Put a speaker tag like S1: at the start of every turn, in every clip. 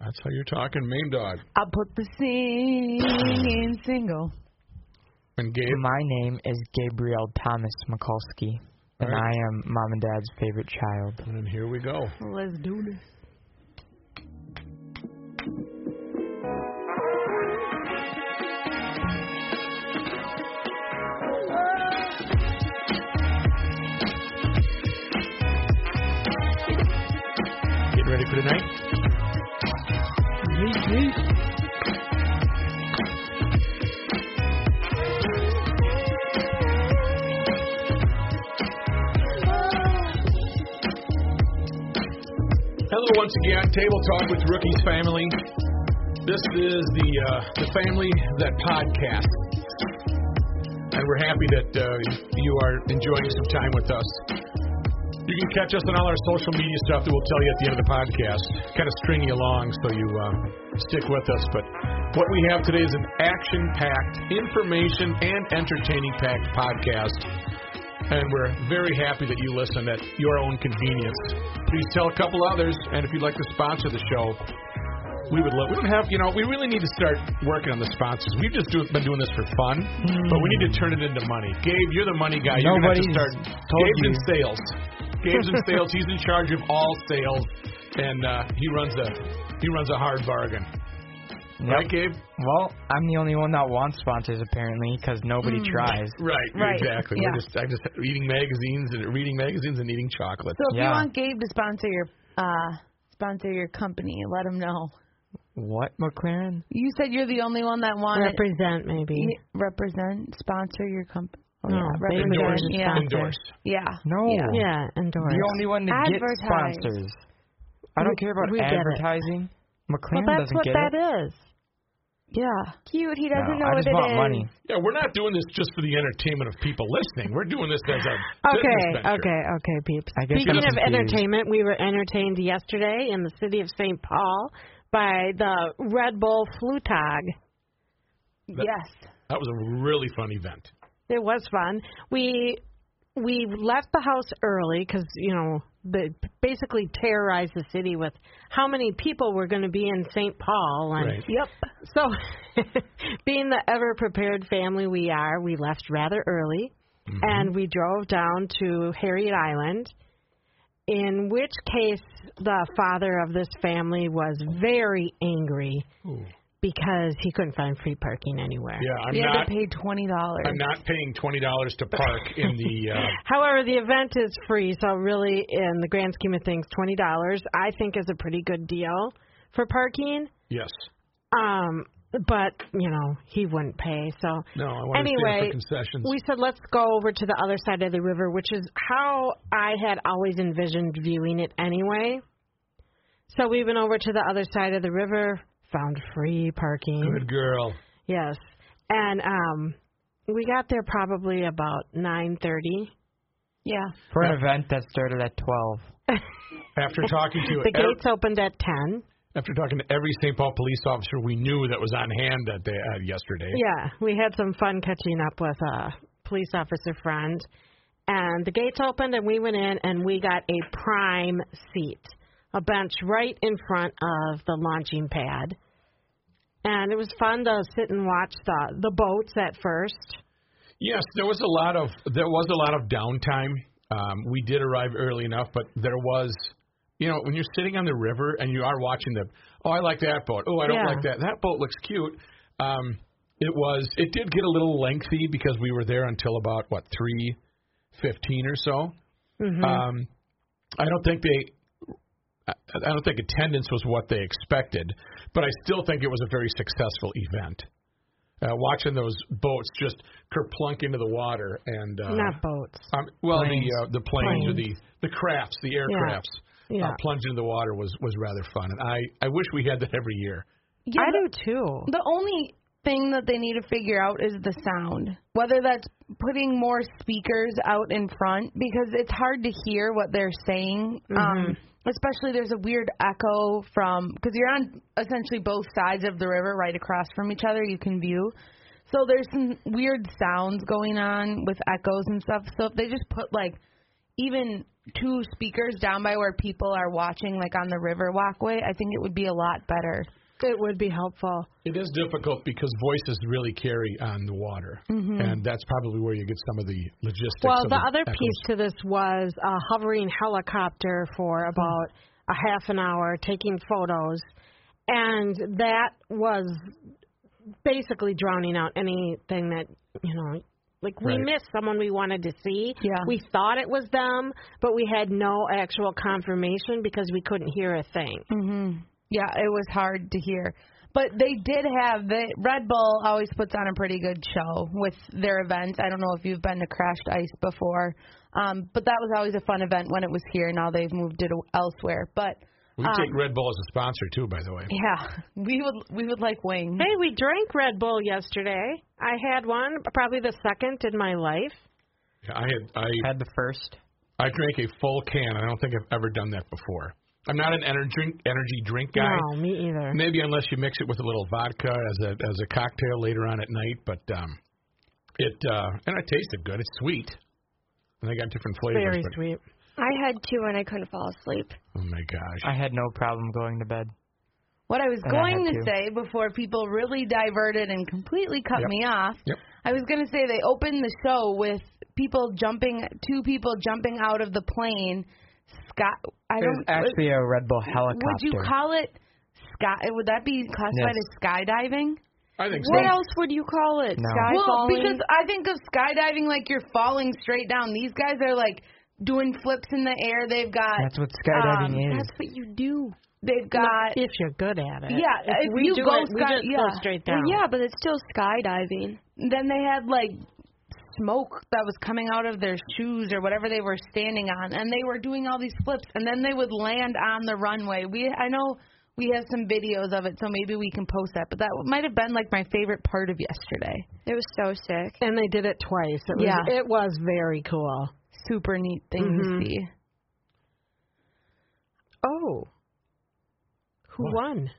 S1: That's how you're talking, Mame Dog.
S2: I put the singing single.
S1: And Gabe,
S3: My name is Gabriel Thomas Mikulski,
S1: All
S3: and
S1: right.
S3: I am mom and dad's favorite child.
S1: and here we go.
S2: Let's do this.
S1: Getting ready for tonight? Hello, once again, Table Talk with Rookies Family. This is the uh, the family that podcasts, and we're happy that uh, you are enjoying some time with us. You can catch us on all our social media stuff that we'll tell you at the end of the podcast. Kind of string you along so you uh, stick with us. But what we have today is an action-packed, information and entertaining-packed podcast. And we're very happy that you listen at your own convenience. Please tell a couple others, and if you'd like to sponsor the show, we would love. We don't have, you know, we really need to start working on the sponsors. We've just do, been doing this for fun, but we need to turn it into money. Gabe, you're the money guy. You're gonna have to
S3: Nobody's
S1: start.
S3: told
S1: Gabe's in
S3: you.
S1: sales. Gabe's in sales. He's in charge of all sales, and uh, he runs a he runs a hard bargain. Right, Gabe?
S3: Well, I'm the only one that wants sponsors apparently, because nobody tries.
S1: Right.
S2: Right,
S1: Exactly.
S2: yeah.
S1: We're just I'm just reading magazines and reading magazines and eating chocolate.
S2: So if you
S3: Yeah.
S2: want Gabe to sponsor your uh sponsor your company, let him know.
S3: What McLaren?
S2: You said you're the only one that wanted
S4: Represent, maybe.
S2: Y- represent sponsor your company.
S4: No, they
S1: Endorse.
S4: Endorse.
S2: Yeah.
S1: Endorse.
S2: Yeah.
S3: No.
S2: Yeah.
S4: Yeah, endorse.
S3: The only one to get
S2: Advertise.
S3: sponsors. I don't
S4: We-
S3: care about
S4: we get it.
S3: advertising.
S4: well,
S3: McLaren
S4: that's
S3: doesn't
S4: what
S3: get
S4: that
S3: it.
S4: is.
S2: Yeah.
S4: Cute. He
S3: No, I just want money.
S1: Yeah, we're not doing this just for the entertainment of people listening. We're doing this as a business
S4: Okay,
S1: venture.
S4: okay, okay, peeps.
S3: I guess I'm
S4: Speaking of
S3: confused.
S4: entertainment, we were entertained yesterday in the city of St. Paul by the Red Bull Flutog.
S2: yes.
S1: That was a really fun event.
S4: It was fun. We we left the house early because you know they basically terrorized the city with how many people were going to be in St. Paul and
S1: Right.
S2: Yep.
S4: So, being the ever prepared family we are, we left rather early
S1: Mm-hmm.
S4: and we drove down to Harriet Island. In which case, the father of this family was very angry because he couldn't find free parking anywhere.
S1: Yeah, I'm
S2: we had
S1: not.
S2: to pay twenty dollars.
S1: I'm not paying twenty dollars to park in the. Uh,
S4: However, the event is free, so really, in the grand scheme of things, $20 I think is a pretty good deal for parking.
S1: yes.
S4: Um, but you know, he wouldn't pay. So
S1: No, I wanna stand
S4: anyway,
S1: for concessions.
S4: we said let's go over to the other side of the river, which is how I had always envisioned viewing it anyway. So we went over to the other side of the river, found free parking.
S1: Good girl.
S4: Yes, and um, we got there probably about nine thirty.
S2: yeah.
S3: For an event that started at 12.
S1: After talking to
S4: The
S1: ev-
S4: gates opened at ten.
S1: after talking to every St. Paul police officer we knew that was on hand that day uh, yesterday.
S4: Yeah, we had some fun catching up with a police officer friend. And the gates opened, and we went in, and we got a prime seat, a bench right in front of the launching pad. And it was fun to sit and watch the the boats at first.
S1: Yes, there was a lot of there was a lot of downtime. Um, we did arrive early enough, but there was, you know, when you're sitting on the river and you are watching the, oh, I like that boat. Oh, I don't
S4: Yeah.
S1: like that. That boat looks cute. Um, it was. It did get a little lengthy because we were there until about what three fifteen or so. Um, I don't think they. I I don't think attendance was what they expected, but I still think it was a very successful event. Uh, watching those boats just kerplunk into the water and uh,
S4: Not boats.
S1: um, well
S3: Planes.
S1: the uh, the planes, or the the crafts, the aircrafts
S4: Yeah.
S1: Uh, plunged into the water was was rather fun, and I I wish we had that every year.
S2: Yeah,
S4: I
S2: the-
S4: do too.
S2: The only thing that they need to figure out is the sound. Whether that's putting more speakers out in front because it's hard to hear what they're saying. Um especially there's a weird echo from because you're on essentially both sides of the river right across from each other you can view. So there's some weird sounds going on with echoes and stuff. So if they just put like even two speakers down by where people are watching, like on the river walkway, I think it would be a lot better.
S4: It would be helpful.
S1: It is difficult because voices really carry on the water, and that's probably where you get some of the logistics.
S4: Mm-hmm. Well,
S1: of
S4: the other
S1: echoes.
S4: piece to this was a hovering helicopter for
S1: Hmm.
S4: about a half an hour taking photos, and that was basically drowning out anything that, you know, like we
S1: Right.
S4: missed someone we wanted to see.
S2: Yeah.
S4: We thought it was them, but we had no actual confirmation because we couldn't hear a thing.
S1: Hmm.
S2: Yeah, it was hard to hear. But they did have the Red Bull always puts on a pretty good show with their events. I don't know if you've been to Crashed Ice before, um, but that was always a fun event when it was here. Now they've moved it elsewhere. But
S1: We
S4: um,
S1: take Red Bull as a sponsor too, by the way.
S2: yeah, we would we would like wings.
S4: Hey, we drank Red Bull yesterday. I had one, probably the second in my life.
S1: I had I
S3: Had the first.
S1: I drank a full can. I don't think I've ever done that before. I'm not an energy energy drink guy.
S4: No, me either.
S1: Maybe unless you mix it with a little vodka as a as a cocktail later on at night, but um, it uh, and it tasted good. It's sweet, and they got different flavors.
S4: Very
S1: but,
S4: sweet.
S5: I had two and I couldn't fall asleep.
S1: Oh my gosh!
S3: I had no problem going to bed.
S2: What I was
S3: And I
S2: going
S3: had
S2: to
S3: to.
S2: say before people really diverted and completely cut
S1: Yep.
S2: me off,
S1: Yep.
S2: I was going to say they opened the show with people jumping, two people jumping out of the plane. Scott, I
S3: It was
S2: don't.
S3: actually a Red Bull helicopter.
S2: Would you call it sky? Would that be classified
S3: Yes.
S2: as skydiving?
S1: I think
S5: What
S1: so.
S5: else would you call it?
S3: No.
S5: Sky
S2: well,
S5: falling?
S2: because I think of skydiving like you're falling straight down. These guys are like doing flips in the air. They've got
S3: That's what skydiving
S2: um,
S3: is.
S5: that's what you do.
S2: They've got
S4: if you're good at it.
S2: Yeah,
S4: if
S2: if
S4: we
S2: you
S4: do
S2: go
S4: it, we
S2: sky-
S4: just
S2: yeah.
S4: go straight down.
S5: Well, yeah, but it's still skydiving.
S2: then they had like smoke that was coming out of their shoes or whatever they were standing on and they were doing all these flips and then they would land on the runway we i know we have some videos of it so maybe we can post that but that might have been like my favorite part of yesterday
S5: It was so sick.
S4: and they did it twice. It was,
S2: Yeah.
S4: it was very cool.
S2: super neat thing
S4: Mm-hmm.
S2: to see
S4: Oh, who won?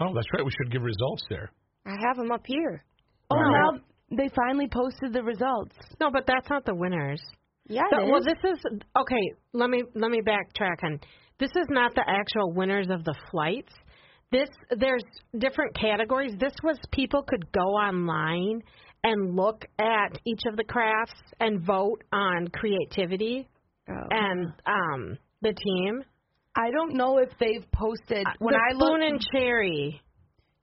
S1: Oh, that's right. We should give results there.
S5: I have them up here.
S2: oh
S1: Wow.
S2: now they finally posted the results
S4: No, but that's not the winners.
S5: Yeah,
S4: The-
S5: it
S4: well,
S5: is.
S4: this is okay. Let me let me backtrack on. This is not the actual winners of the flights. This there's different categories. This was people could go online and look at each of the crafts and vote on creativity
S5: Oh.
S4: and um the team.
S2: i don't know if they've posted when
S4: Uh, the
S2: i
S4: spoon
S2: look
S4: and cherry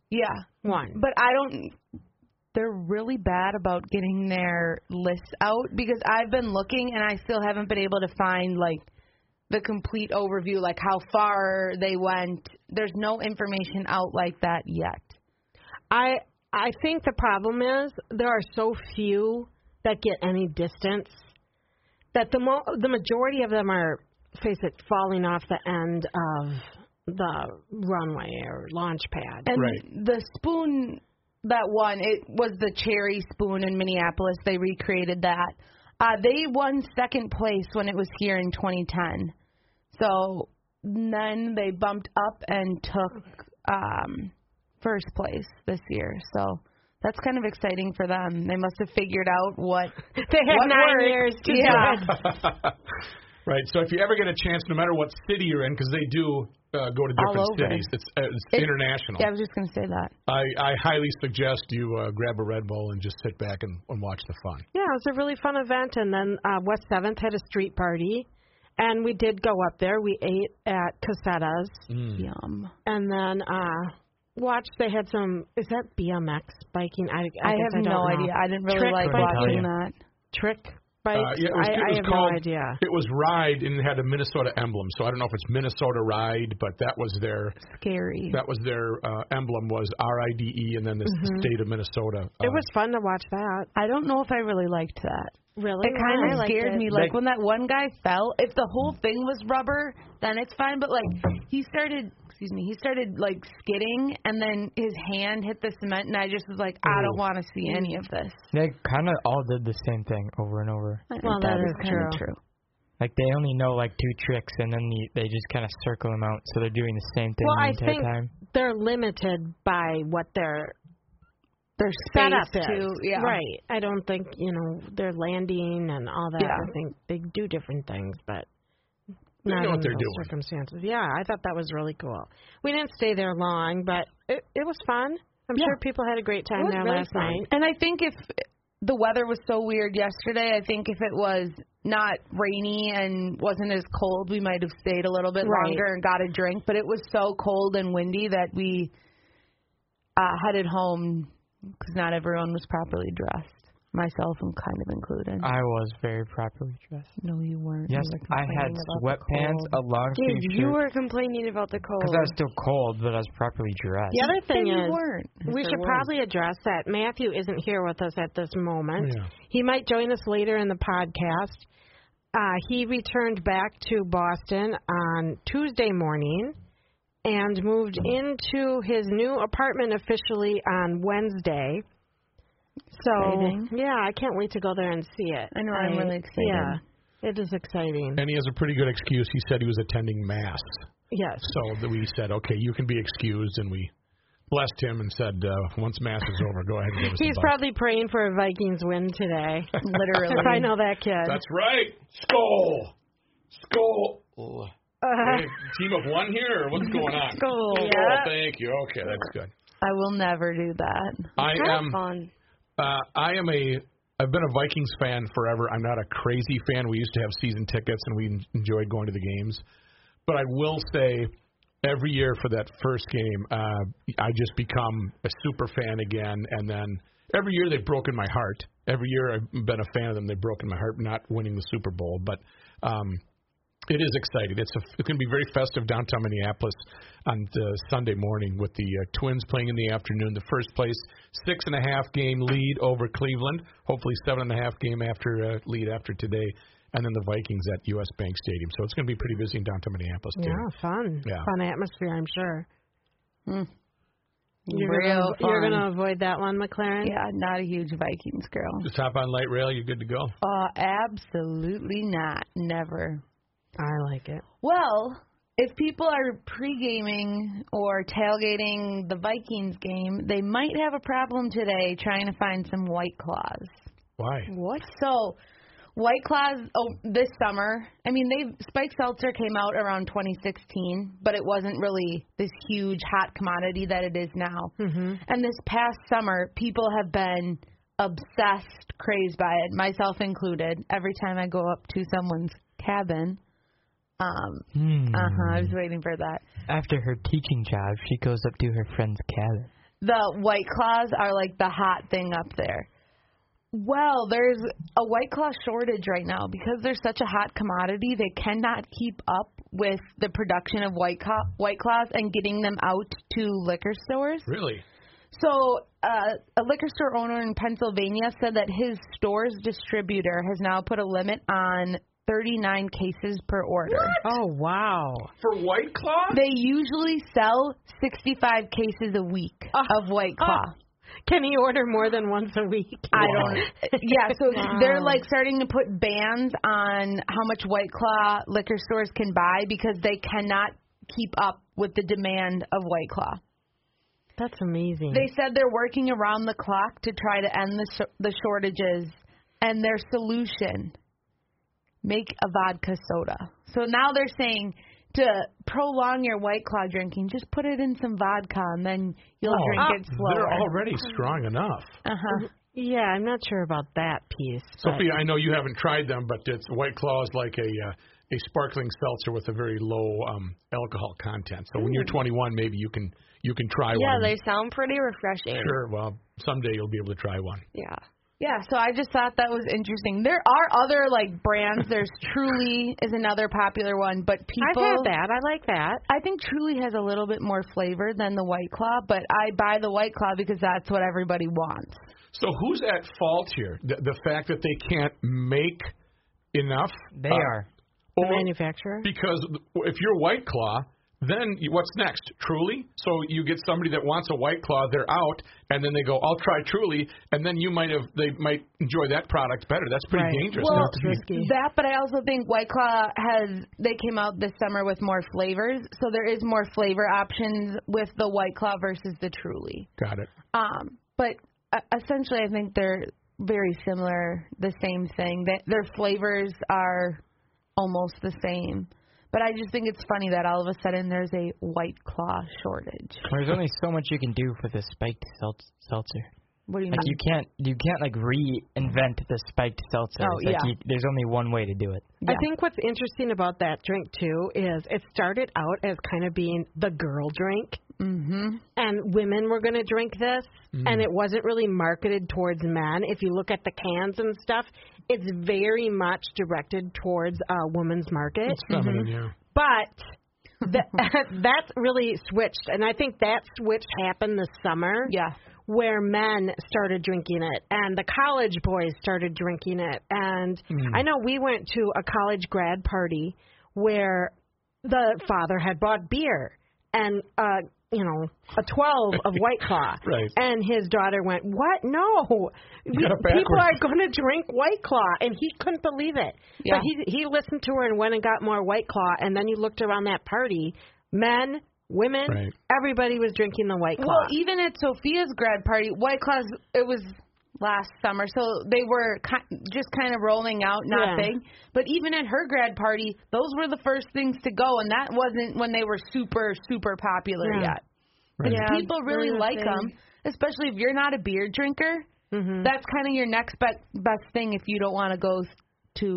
S2: yeah
S4: one.
S2: but i don't they're really bad about getting their lists out because I've been looking and I still haven't been able to find like the complete overview, like how far they went. There's no information out like that yet.
S4: I I think the problem is there are so few that get any distance that the mo- the majority of them are face it falling off the end of the runway or launch pad.
S2: And
S1: Right.
S2: the spoon that won, it was the cherry spoon in Minneapolis. They recreated that. Uh, they won second place when it was here in 2010. So then they bumped up and took um, first place this year. So that's kind of exciting for them. They must have figured out what
S4: they had
S2: what
S4: nine
S2: worked.
S4: years to
S2: yeah.
S4: do it.
S1: Right. So if you ever get a chance, no matter what city you're in, because they do uh, go to
S2: All
S1: different
S2: over.
S1: cities, it's, uh, it's
S2: It-
S1: international.
S2: Yeah, I was just gonna say that.
S1: I, I highly suggest you uh, grab a Red Bull and just sit back and, and watch the fun.
S4: Yeah, it was a really fun event. And then uh, West Seventh had a street party, and we did go up there. We ate at Casetas,
S1: Mm.
S2: Yum.
S4: and then uh, watched. They had some. Is that BMX biking? I,
S2: I,
S4: guess
S2: have
S4: don't
S2: no
S4: know.
S2: idea. I didn't really
S4: Trick
S2: like
S4: biking.
S2: watching that.
S4: trick bikes?
S1: Uh, yeah, it was,
S4: I,
S1: it
S4: I
S1: was
S4: have
S1: called,
S4: no idea.
S1: It was Ride and it had a Minnesota emblem. So I don't know if it's Minnesota Ride, but that was their
S2: Scary.
S1: that was their uh, emblem was R I D E and then the state of Minnesota. Uh,
S4: Mm-hmm. It was fun to watch that.
S2: I don't know if I really liked that.
S4: Really?
S2: It kind
S5: I
S2: of
S5: liked
S2: scared
S5: it.
S2: me. Like when that one guy fell, if the whole thing was rubber, then it's fine. But like he started, excuse me, he started like skidding, and then his hand hit the cement, and I just was like, I don't want to see any of this.
S3: They kind of all did the same thing over and over.
S4: Well, that is
S2: kinda
S4: true.
S3: Like they only know like two tricks, and then the, they just kind of circle them out. So they're doing the same thing
S4: Well,
S3: the
S4: I
S3: entire
S4: think
S3: time.
S4: they're limited by what their
S2: their space
S4: set up is.
S2: too. Yeah.
S4: Right. I don't think, you know, their landing and all that.
S2: Yeah.
S4: I think they do different things, but
S1: They
S4: not
S1: know what
S4: in
S1: they're
S4: those
S1: doing.
S4: circumstances. Yeah, I thought that was really cool. We didn't stay there long, but it, it was fun. I'm
S2: Yeah.
S4: sure people had a great time
S5: It was
S4: there
S5: really
S4: last
S5: fun.
S4: night.
S2: And I think if the weather was so weird yesterday, I think if it was not rainy and wasn't as cold, we might have stayed a little bit
S4: Right.
S2: longer and got a drink. But it was so cold and windy that we uh, headed home because not everyone was properly dressed. Myself, I'm kind of included.
S3: I was very properly dressed.
S2: no, you weren't. You
S3: Yes,
S2: were
S3: I had
S2: complaining about the
S3: sweatpants,
S2: cold.
S3: a long
S5: Dude,
S3: sleeve
S5: you
S3: shirt.
S5: were complaining about the cold.
S3: Because I was still cold, but I was properly dressed.
S4: The other
S2: Then
S4: thing
S2: you
S4: is,
S2: weren't.
S4: we should probably address that Matthew isn't here with us at this moment.
S1: Yeah.
S4: He might join us later in the podcast. Uh, he returned back to Boston on Tuesday morning and moved into his new apartment officially on Wednesday. So,
S2: Exciting.
S4: yeah, I can't wait to go there and see it.
S2: I know, I'm really excited.
S4: Yeah, it is exciting.
S1: Um, And he has a pretty good excuse. He said he was attending mass,
S4: Yes.
S1: so that we said, okay, you can be excused, and we blessed him and said, uh, once mass is over, go ahead and give us.
S4: He's
S1: a bite.
S4: probably praying for a Vikings win today.
S2: Literally.
S4: if I know that kid.
S1: That's right. Skull. Skull.
S4: Uh,
S1: Hey, team of one here, or what's going on?
S2: Skull.
S1: Skull, Thank you. Okay, that's good.
S2: I will never do that.
S1: I
S5: Kinda
S1: am.
S5: fun.
S1: Uh, I am a. I've been a Vikings fan forever. I'm not a crazy fan. We used to have season tickets, and we en- enjoyed going to the games. But I will say, every year for that first game, uh, I just become a super fan again. And then every year they've broken my heart. Every year I've been a fan of them. They've broken my heart, not winning the Super Bowl, but. Um, it is exciting. It's a, it's going to be very festive downtown Minneapolis on the Sunday morning with the uh, Twins playing in the afternoon. The first place six and a half game lead over Cleveland. Hopefully seven and a half game after uh, lead after today, and then the Vikings at U.S. Bank Stadium. So it's going to be pretty busy in downtown Minneapolis too.
S4: yeah, fun.
S1: Yeah.
S4: Fun atmosphere, I'm sure. You're
S2: Hmm. Real
S4: gonna, You're
S2: fun.
S4: going to avoid that one, McLaren?
S2: Yeah, not a huge Vikings girl.
S1: Just hop on light rail. You're good to go.
S2: Uh, absolutely not. Never.
S4: I like it.
S2: Well, if people are pre-gaming or tailgating the Vikings game, they might have a problem today trying to find some White Claws.
S1: Why?
S2: What? So, White Claws oh, this summer. I mean, they Spike Seltzer came out around 2016, but it wasn't really this huge hot commodity that it is now. Mm-hmm. And this past summer, people have been obsessed, crazed by it, myself included. Every time I go up to someone's cabin, um,
S3: Hmm.
S2: uh huh, I was waiting for that.
S3: After her teaching job, she goes up to her friend's cabin.
S2: the white claws are like the hot thing up there. Well, there's a white claw shortage right now because they're such a hot commodity. They cannot keep up with the production of white claw, white claws and getting them out to liquor stores.
S1: Really?
S2: So, uh, a liquor store owner in Pennsylvania said that his store's distributor has now put a limit on 39 cases per order.
S4: Oh, wow.
S1: For White Claw?
S2: They usually sell 65 cases a week
S4: Ah,
S2: of white claw.
S4: Can he order more than once a week?
S2: I don't. Yeah, so they're like starting to put bans on how much White Claw liquor stores can buy because they cannot keep up with the demand of White Claw.
S4: That's amazing.
S2: They said they're working around the clock to try to end the sh- the shortages, and their solution make a vodka soda. So now they're saying to prolong your White Claw drinking, just put it in some vodka and then you'll drink it slower.
S1: Oh, They're already strong enough.
S2: uh-huh.
S4: yeah, I'm not sure about that piece. but-
S1: Sophia, I know you haven't tried them, but it's White Claw is like a uh, a sparkling seltzer with a very low um, alcohol content. So when you're 21, maybe you can you can try
S5: Yeah,
S1: one.
S5: they sound pretty refreshing.
S1: sure. Well, someday you'll be able to try one.
S5: Yeah.
S2: Yeah, so I just thought that was interesting. There are other like brands. There's Truly is another popular one, but
S4: I've
S2: people
S4: had that. I like that.
S2: I think Truly has a little bit more flavor than the White Claw, but I buy the White Claw because that's what everybody wants.
S1: So who's at fault here? The, the fact that they can't make enough.
S3: They
S1: Uh,
S3: are.
S4: The
S1: or-
S4: manufacturer.
S1: because if you're White Claw, then you- what's next? Truly? So you get somebody that wants a White Claw, they're out, and then they go, "I'll try Truly," and then you might have they might enjoy that product better. That's pretty
S4: Right.
S1: dangerous.
S2: Well,
S1: not to be-
S4: risky.
S2: that, but I also think White Claw has they came out this summer with more flavors, so there is more flavor options with the White Claw versus the Truly.
S1: Got it.
S2: Um, but uh, essentially, I think they're very similar, the same thing. That their flavors are almost the same. But I just think it's funny that all of a sudden there's a white claw shortage.
S3: There's only so much you can do for the spiked seltz- seltzer.
S2: What do you
S3: Like you
S2: mean?
S3: can't you can't like reinvent the spiked seltzer.
S2: Oh,
S3: It's like
S2: yeah.
S3: you, there's only one way to do it.
S2: Yeah.
S4: I think what's interesting about that drink too is it started out as kind of being the girl drink,
S2: Mm-hmm.
S4: and women were going to drink this, and it wasn't really marketed towards men. If you look at the cans and stuff, it's very much directed towards a woman's market.
S1: It's
S2: Mm-hmm.
S1: feminine, yeah.
S4: But that, that's really switched, and I think that switch happened this summer
S2: Yeah.
S4: where men started drinking it and the college boys started drinking it and
S1: Hmm.
S4: I know we went to a college grad party where the father had bought beer and uh you know a 12 of white claw
S1: Right.
S4: and his daughter went what no we,
S1: got it
S4: people are
S1: backwards."
S4: going to drink white claw and he couldn't believe it
S2: Yeah.
S4: but he he listened to her and went and got more white claw and then you looked around that party men women
S1: Right.
S4: everybody was drinking the white claw
S2: Well, even at Sophia's grad party, White Claws, it was last summer, so they were ki- just kind of rolling out, not
S4: Yeah.
S2: big. But even at her grad party, those were the first things to go, and that wasn't when they were super, super popular
S4: Yeah.
S2: yet. But people really
S5: they're
S2: like
S5: the
S2: them, especially if you're not a beer drinker. That's kind of your next be- best thing if you don't want to go s- to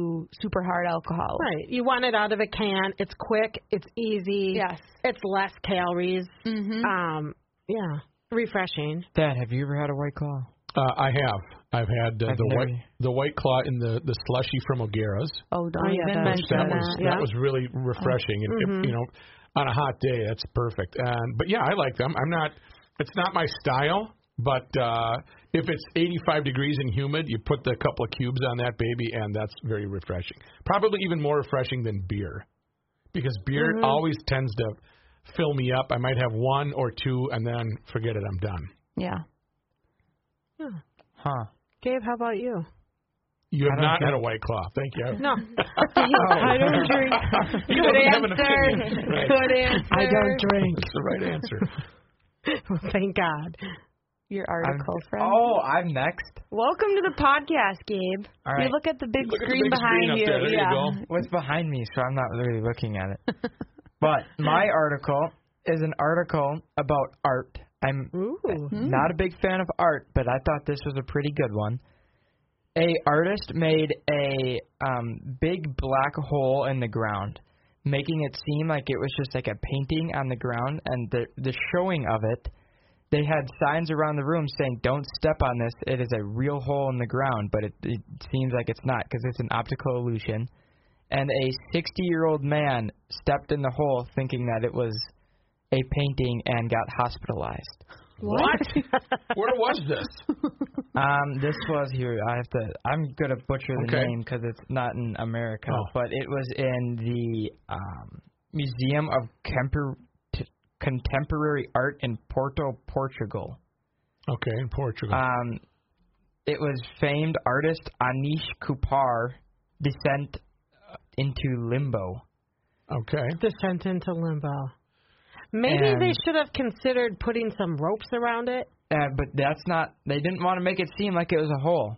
S2: super hard alcohol.
S4: Right. You want it out of a can. It's quick. It's easy.
S2: Yes.
S4: It's less calories. Mm-hmm. Um, yeah. Refreshing.
S3: Dad, have you ever had a white claw?
S1: Uh, I have. I've had uh,
S3: I've
S1: the
S3: never-
S1: white the white claw in the the slushy from O'Gara's.
S2: Oh, don't
S4: Oh, yeah,
S2: even
S4: that-
S2: mention
S1: that
S2: that.
S1: was
S4: yeah.
S1: that was really refreshing. And if- you know, on a hot day, that's perfect. And but yeah, I like them. I'm not. It's not my style, but uh, if it's 85 degrees and humid, you put the couple of cubes on that baby, and that's very refreshing. Probably even more refreshing than beer, because beer always tends to fill me up. I might have one or two, and then forget it. I'm done.
S2: Yeah.
S3: Huh.
S4: Gabe, how about you?
S1: You have
S3: I don't
S1: not had a
S3: drink.
S1: white claw. Thank you.
S4: No.
S3: I don't
S4: drink.
S1: He
S2: Good
S1: doesn't have an
S2: answer.
S1: opinion. Right.
S2: Good answer.
S3: I don't drink.
S1: That's the right answer.
S4: Thank God.
S2: Your article, friend.
S3: Oh, I'm next.
S5: Welcome to the podcast, Gabe.
S3: All
S2: You
S3: right.
S2: look at the big
S1: Look at the
S2: screen
S1: big
S2: behind
S1: screen up
S2: you.
S1: there. There you
S2: yeah.
S1: go.
S3: What's behind me, so I'm not really looking at it. but my article is an article about art. I'm
S4: Ooh.
S3: Not a big fan of art, but I thought this was a pretty good one. A artist made a um, big black hole in the ground, making it seem like it was just like a painting on the ground. And the the showing of it, they had signs around the room saying, "Don't step on this. It is a real hole in the ground." But it, it seems like it's not because it's an optical illusion. And a 60-year-old man stepped in the hole, thinking that it was a painting, and got hospitalized.
S1: What? Where was this?
S3: Um, this was here. I have to. I'm gonna butcher the
S1: Okay.
S3: name because it's not in America,
S1: Oh.
S3: but it was in the um, Museum of Compor- t- Contemporary Art in Porto, Portugal.
S1: Okay, in Portugal.
S3: Um, it was famed artist Anish Kupar descent uh, into limbo.
S1: okay.
S4: Descent into limbo. Maybe they
S3: And-
S4: should have considered putting some ropes around it.
S3: Uh, but that's not. They didn't want to make it seem like it was a hole.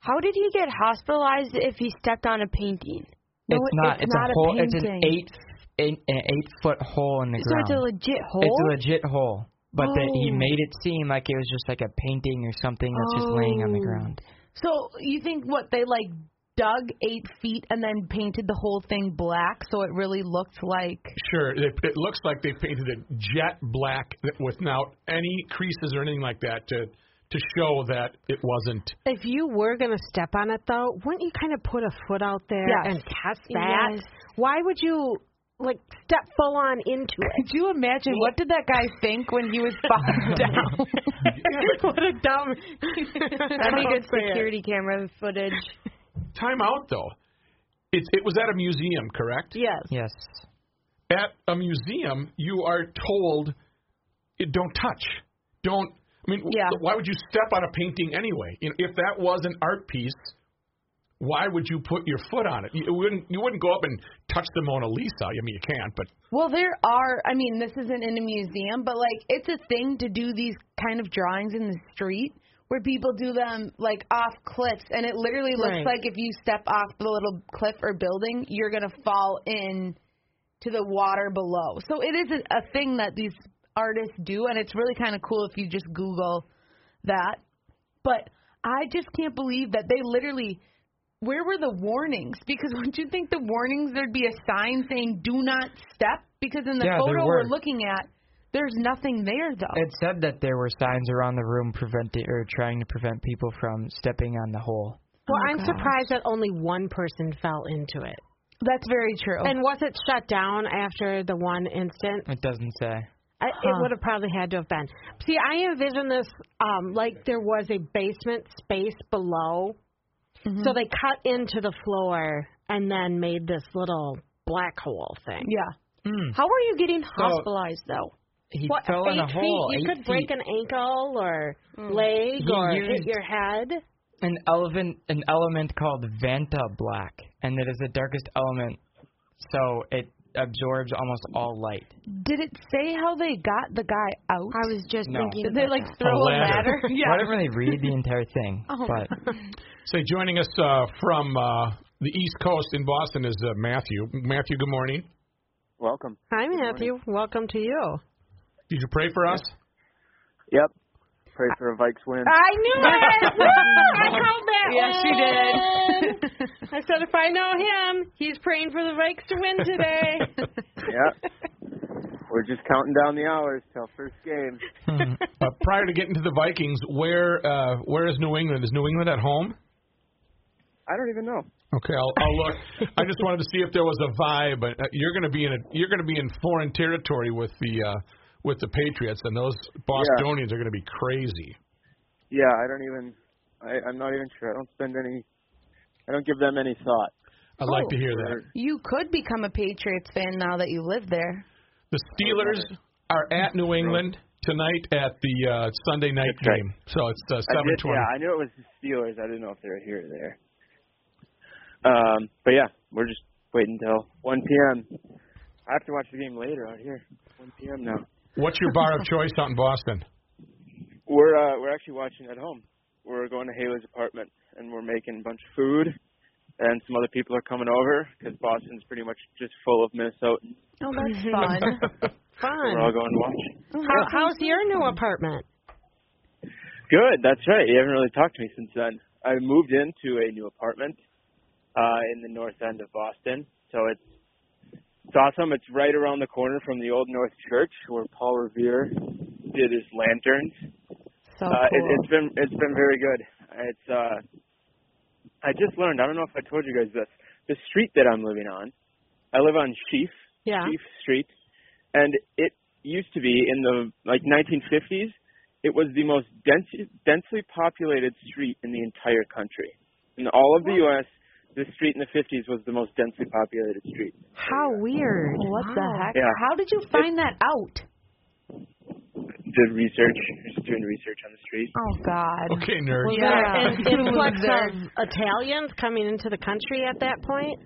S5: How did he get hospitalized if he stepped on a painting?
S2: No,
S3: it's not.
S2: it's
S3: It's,
S2: not
S3: a
S2: a
S3: hole. It's an
S2: painting.
S3: eight, eight, an eight foot hole in the
S5: So
S3: ground.
S5: it's a legit hole.
S3: It's a legit hole, but that he
S5: Oh.
S3: made it seem like it was just like a painting or something that's just laying on the
S5: Oh.
S3: ground.
S2: So you think what they like dug eight feet and then painted the whole thing black so it really looked like
S1: Sure. It, it looks like they painted it jet black without any creases or anything like that to to show that it wasn't.
S4: If you were going to step on it, though, wouldn't you kind of put a foot out there
S2: Yes.
S4: and test that?
S5: Yes.
S4: Why would you, like, step full on into it?
S2: could you imagine what did that guy think when he was falling down
S4: what a dumb.
S5: That'd be good
S4: Say it.
S5: security camera footage.
S1: Time out though. It it was at a museum, correct?
S4: Yes.
S3: Yes.
S1: At a museum, you are told, eh, don't touch, don't. I mean, w-
S2: Yeah.
S1: why would you step on a painting anyway? You know, if that was an art piece, why would you put your foot on it? You wouldn't. You wouldn't go up and touch the Mona Lisa. I mean, you can't, but
S2: well there are i mean this isn't in a museum but like it's a thing to do these kind of drawings in the street where people do them like off cliffs, and it literally looks
S4: Right.
S2: like if you step off the little cliff or building, you're gonna fall in to the water below. So it is a, a thing that these artists do, and it's really kind of cool if you just Google that. But I just can't believe that they literally. Where were the warnings? Because wouldn't you think the warnings there'd be a sign saying "Do not step"? Because in the
S3: Yeah, there
S2: photo we're
S3: were.
S2: looking at, there's nothing there though.
S3: It said that there were signs around the room preventing or trying to prevent people from stepping on the hole.
S4: Well, I'm surprised that only one person fell into it.
S2: That's very true.
S4: And was it shut down after the one incident?
S3: It doesn't say.
S4: I, It would have probably had to have been. See, I envision this um, like there was a basement space below,
S2: Mm-hmm.
S4: so they cut into the floor and then made this little black hole thing.
S2: yeah.
S5: How are you getting hospitalized though?
S3: He
S4: What
S3: fell
S4: eight
S3: in a
S4: feet?
S3: hole.
S4: you
S3: eight
S4: could
S3: feet.
S4: break an ankle or
S2: Mm.
S4: leg
S3: He
S4: or hit
S3: used-
S4: your head.
S3: an element an element called Vanta black, and it is the darkest element, so it absorbs almost all light.
S2: Did it say how they got the guy out?
S5: I was just
S3: No.
S5: thinking.
S2: Did they
S5: about
S2: like
S5: that.
S2: throw a
S1: ladder.
S2: ladder? yeah.
S3: I didn't really read the entire thing, but
S1: Say, joining us uh, from uh, the East Coast in Boston is uh, Matthew. Matthew, good morning.
S6: Welcome.
S4: Hi, Matthew. Welcome to you.
S1: Did you pray for us?
S6: Yep. Pray for a Vikes win.
S4: I knew it. Woo! I called that
S2: Yes,
S4: one.
S2: she did.
S4: I said, if I know him, he's praying for the Vikes to win today.
S6: Yep. We're just counting down the hours till first game.
S1: Uh, prior to getting to the Vikings, where uh, where is New England? Is New England at home?
S6: I don't even know.
S1: Okay, I'll, I'll look. I just wanted to see if there was a vibe, but uh, you're going to be in a, you're going to be in foreign territory with the uh, with the Patriots, and those Bostonians are going to be crazy.
S6: Yeah, I don't even. I, I'm not even sure. I don't spend any. I don't give them any thought.
S1: I'd
S6: Oh,
S1: like to hear that.
S2: You could become a Patriots fan now that you live there.
S1: The Steelers are at New England tonight at the uh, Sunday night
S6: That's right.
S1: game, so it's uh,
S6: I
S1: seven
S6: did-
S1: twenty.
S6: yeah, I knew it was the Steelers. I didn't know if they were here or there. Um, but yeah, we're just waiting till 1 p.m. I have to watch the game later out here. 1 p.m. now.
S1: What's your bar of choice out in Boston?
S6: We're uh, we're actually watching at home. We're going to Haley's apartment and we're making a bunch of food, and some other people are coming over because Boston's pretty much just full of Minnesotans.
S2: Oh, that's fun.
S6: We're
S4: Fun.
S6: all going to watch.
S4: How, how's your new apartment?
S6: Good, that's right. You haven't really talked to me since then. I moved into a new apartment uh, in the north end of Boston, so it's it's awesome. It's right around the corner from the old North Church where Paul Revere did his lanterns.
S2: So
S6: uh, it,
S2: cool.
S6: it's been it's been very good. It's uh, I just learned. I don't know if I told you guys this. The street that I'm living on, I live on Sheaf
S4: Yeah.
S6: Sheaf Street, and it used to be in the like 1950s. It was the most dense, densely populated street in the entire country. In all of the U.S., the street in the 50s was the most densely populated street.
S4: How weird.
S2: what the heck?
S6: Yeah.
S2: How did you find that out?
S6: Did research, just doing research on the street.
S2: Oh God.
S1: Okay, nerd.
S4: Was
S2: Yeah.
S4: there an influx
S2: Loser.
S4: of Italians coming into the country at that point?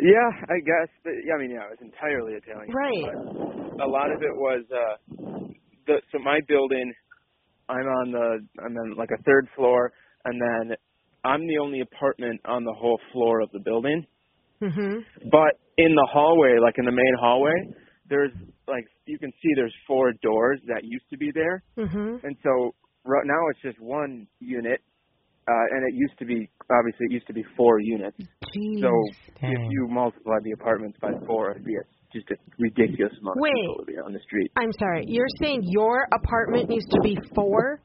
S6: Yeah, I guess. But yeah, I mean, yeah, it was entirely Italian.
S4: Right.
S6: a lot of it was uh the so my building I'm on the I'm on like a third floor and then I'm the only apartment on the whole floor of the building.
S4: hmm
S6: But in the hallway, like in the main hallway, there's like you can see there's four doors that used to be there.
S4: hmm
S6: And so right now it's just one unit. Uh, and it used to be obviously it used to be four units.
S2: Jeez.
S6: So if
S3: Dang.
S6: you multiply the apartments by four, it'd be a, just a ridiculous amount
S4: Wait.
S6: of people living on the street.
S4: I'm sorry. You're saying your apartment used to be four?